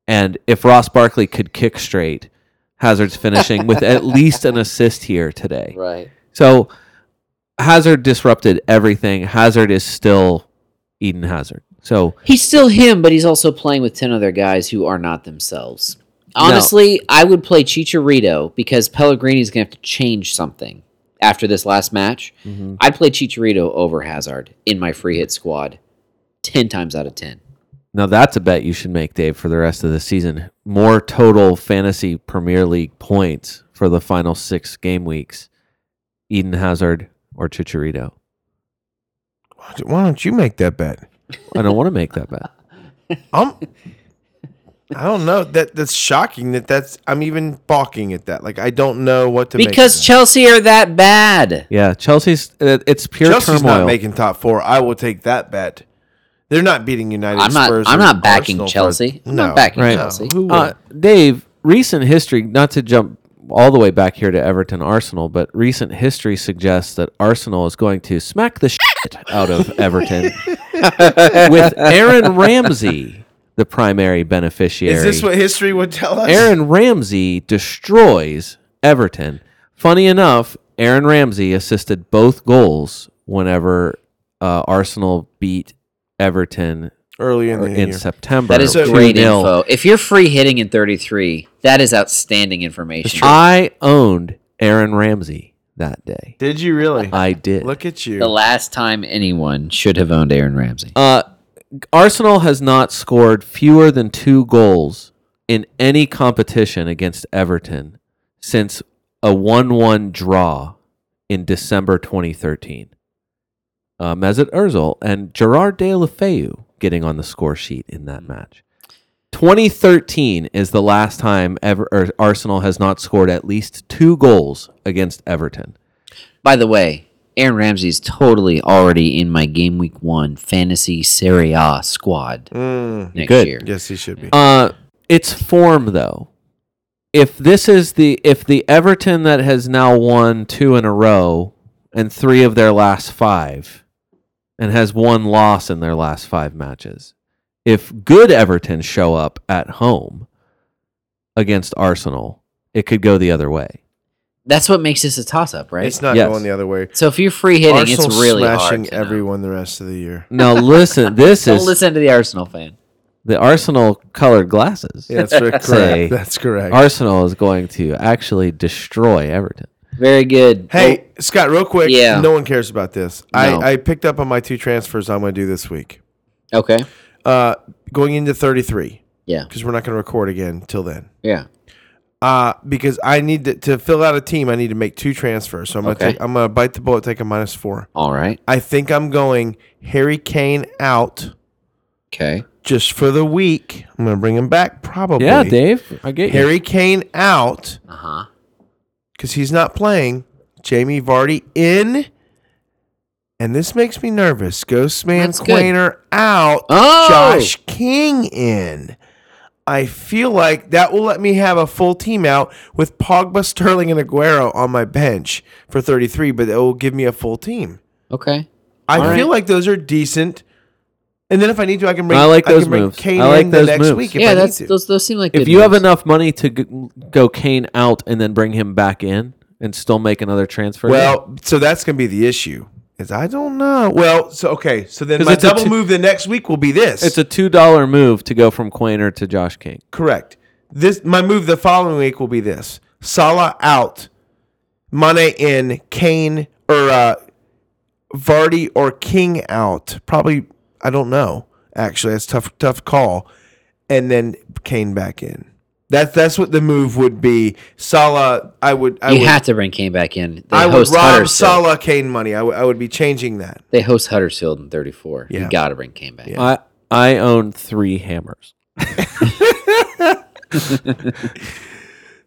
S9: And if Ross Barkley could kick straight, Hazard's finishing with at least an assist here today.
S2: Right.
S9: So Hazard disrupted everything. Hazard is still Eden Hazard. So
S2: He's still him, but he's also playing with 10 other guys who are not themselves. Honestly, I would play Chicharito because Pellegrini's going to have to change something after this last match.
S8: Mm-hmm.
S9: Mhm.
S2: I'd play Chicharito over Hazard in my free hit squad 10 times out of 10.
S9: now that's a bet you should make, Dave, for the rest of the season. More total fantasy Premier League points for the final six game weeks. Eden Hazard or Chicharito.
S8: Why don't you make that bet?
S9: I don't want to make that
S8: *laughs*
S9: bet.
S8: I'm. I don't know. That that's shocking. That that's. I'm even balking at that. Like I don't know what to make.
S2: Because Chelsea are that bad.
S9: Yeah, Chelsea's it- it's pure
S8: Chelsea's
S9: turmoil.
S8: not making top four. I will take that bet. They're not beating United.
S2: I'm not-
S8: Spurs
S2: I'm
S8: or
S2: not backing
S8: Arsenal for-
S2: Chelsea. I'm
S8: no,
S2: not backing
S9: Right.
S2: Chelsea.
S8: Who would?
S9: Uh, Dave, recent history, not to jump all the way back here to Everton Arsenal, but recent history suggests that Arsenal is going to smack the shit
S8: *laughs*
S9: out of Everton with Aaron Ramsey, the primary beneficiary.
S8: Is this what history would tell us?
S9: Aaron Ramsey destroys Everton. Funny enough, Aaron Ramsey assisted both goals whenever uh, Arsenal beat Everton
S8: early in the
S9: in
S8: year.
S9: September.
S2: That is great
S9: 2-0.
S2: info. If you're free hitting in 33, that is outstanding information.
S9: I owned Aaron Ramsey that day.
S8: Did you really?
S9: I did.
S8: Look at you.
S2: The last time anyone should have owned Aaron Ramsey.
S9: Uh, Arsenal has not scored fewer than two goals in any competition against Everton since a 1 1 draw in December 2013. Uh, Mesut Ozil and Gerard de La Feu getting on the score sheet in that match. 2013 is the last time ever or Arsenal has not scored at least two goals against Everton.
S2: By the way, Aaron Ramsey's totally already in my game week one fantasy Serie A squad
S8: Mm.
S2: next
S9: Good.
S2: year.
S8: Yes, he should be.
S9: Uh, it's form though. If this is the if the Everton that has now won two in a row and three of their last five, and has one loss in their last five matches, if good Everton show up at home against Arsenal, it could go the other way.
S2: That's what makes this a toss up, right?
S8: It's not
S9: Yes.
S8: going the other way.
S2: so if you're free hitting,
S8: Arsenal
S2: it's really
S8: smashing
S2: hard. to know.
S8: everyone the rest of the
S2: *laughs*
S8: year.
S9: Now listen, this
S2: Don't
S9: is
S2: listen to the Arsenal fan.
S9: the Arsenal colored glasses.
S8: Yeah, that's very
S9: Say,
S8: correct. That's correct.
S9: Arsenal is going to actually destroy Everton.
S2: Very good.
S8: hey, Scott, real quick.
S2: Yeah.
S8: No one cares about this.
S2: No.
S8: I, I picked up on my two transfers I'm going to do this week.
S2: Oh, okay.
S8: Uh, going into 33,
S2: Yeah.
S8: because we're not going to record again till then.
S2: Yeah.
S8: Uh, because I need to, to fill out a team, I need to make two transfers. So I'm
S2: Okay.
S8: gonna take, I'm gonna bite the bullet, take a minus four.
S2: All right.
S8: I think I'm going Harry Kane out
S2: Okay.
S8: just for the week. I'm gonna bring him back probably.
S9: Yeah, Dave, I get you.
S8: Harry Kane out
S2: Uh huh.
S8: because he's not playing. Jamie Vardy in. And this makes me nervous. Ghostman
S2: That's good.
S8: Quainer out.
S2: Oh!
S8: Josh King in. I feel like that will let me have a full team out with Pogba, Sterling, and Aguero on my bench for 33, but it will give me a full team.
S2: Okay.
S8: I
S2: All
S8: feel
S2: right.
S8: like those are decent. And then if I need to, I can bring,
S9: I like those
S8: can bring
S9: moves.
S8: Kane
S9: I like
S8: in
S9: those
S8: the next
S9: moves.
S8: week if I
S2: yeah,
S8: need
S2: that's
S8: to.
S2: those. Those seem like
S9: if
S2: good
S9: you have
S2: moves.
S9: enough money to g- go Kane out and then bring him back in and still make another transfer,
S8: Well, so that's going to be the issue Is I don't know. Well, so okay. So then
S9: 'Cause
S8: my
S9: it's a
S8: double
S9: two-
S8: move the next week will be this.
S9: It's a two dollar move to go from Quainer to Josh King.
S8: Correct. This my move the following week will be this: Salah out, Mane in, Kane or uh, Vardy or King out. Probably I don't know. Actually, that's a tough tough call. And then Kane back in. That's that's what the move would be. Salah, I would. I
S2: you
S8: would,
S2: have to bring Kane back in. They
S8: I would
S2: host
S8: rob
S2: Huddersfield.
S8: Salah Kane money. I would- I would be changing that.
S2: They host Huddersfield in 34.
S8: Yeah.
S2: You got to bring Kane back. in.
S9: I I own three hammers. I've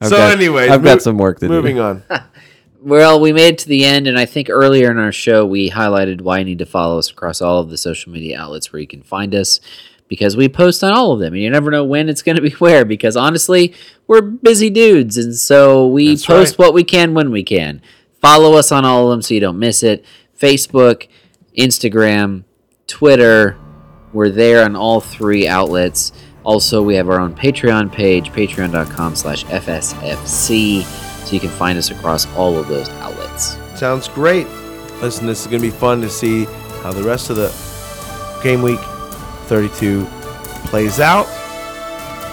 S8: so
S9: got-
S8: anyway,
S9: I've got
S8: mov-
S9: some work to do.
S8: Moving on.
S2: Well, we made it to the end, and I think earlier in our show we highlighted why you need to follow us across all of the social media outlets where you can find us because we post on all of them, and you never know when it's going to be *laughs* where. Because honestly, we're busy dudes, and so we post what we can when we can. Follow us on all of them so you don't miss it. Facebook, Instagram, Twitter. We're there on all three outlets. Also, we have our own Patreon page, patreon.com slash FSFC, so you can find us across all of those outlets.
S8: Sounds great. Listen, this is going to be fun to see how the rest of the game week 32 plays out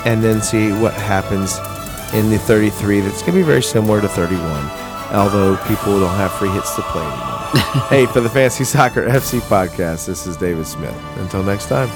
S8: and then see what happens in the 33 that's going to be very similar to 31, although people don't have free hits to play *laughs* anymore. hey, for the Fancy Soccer FC podcast, this is David Smith. Until next time.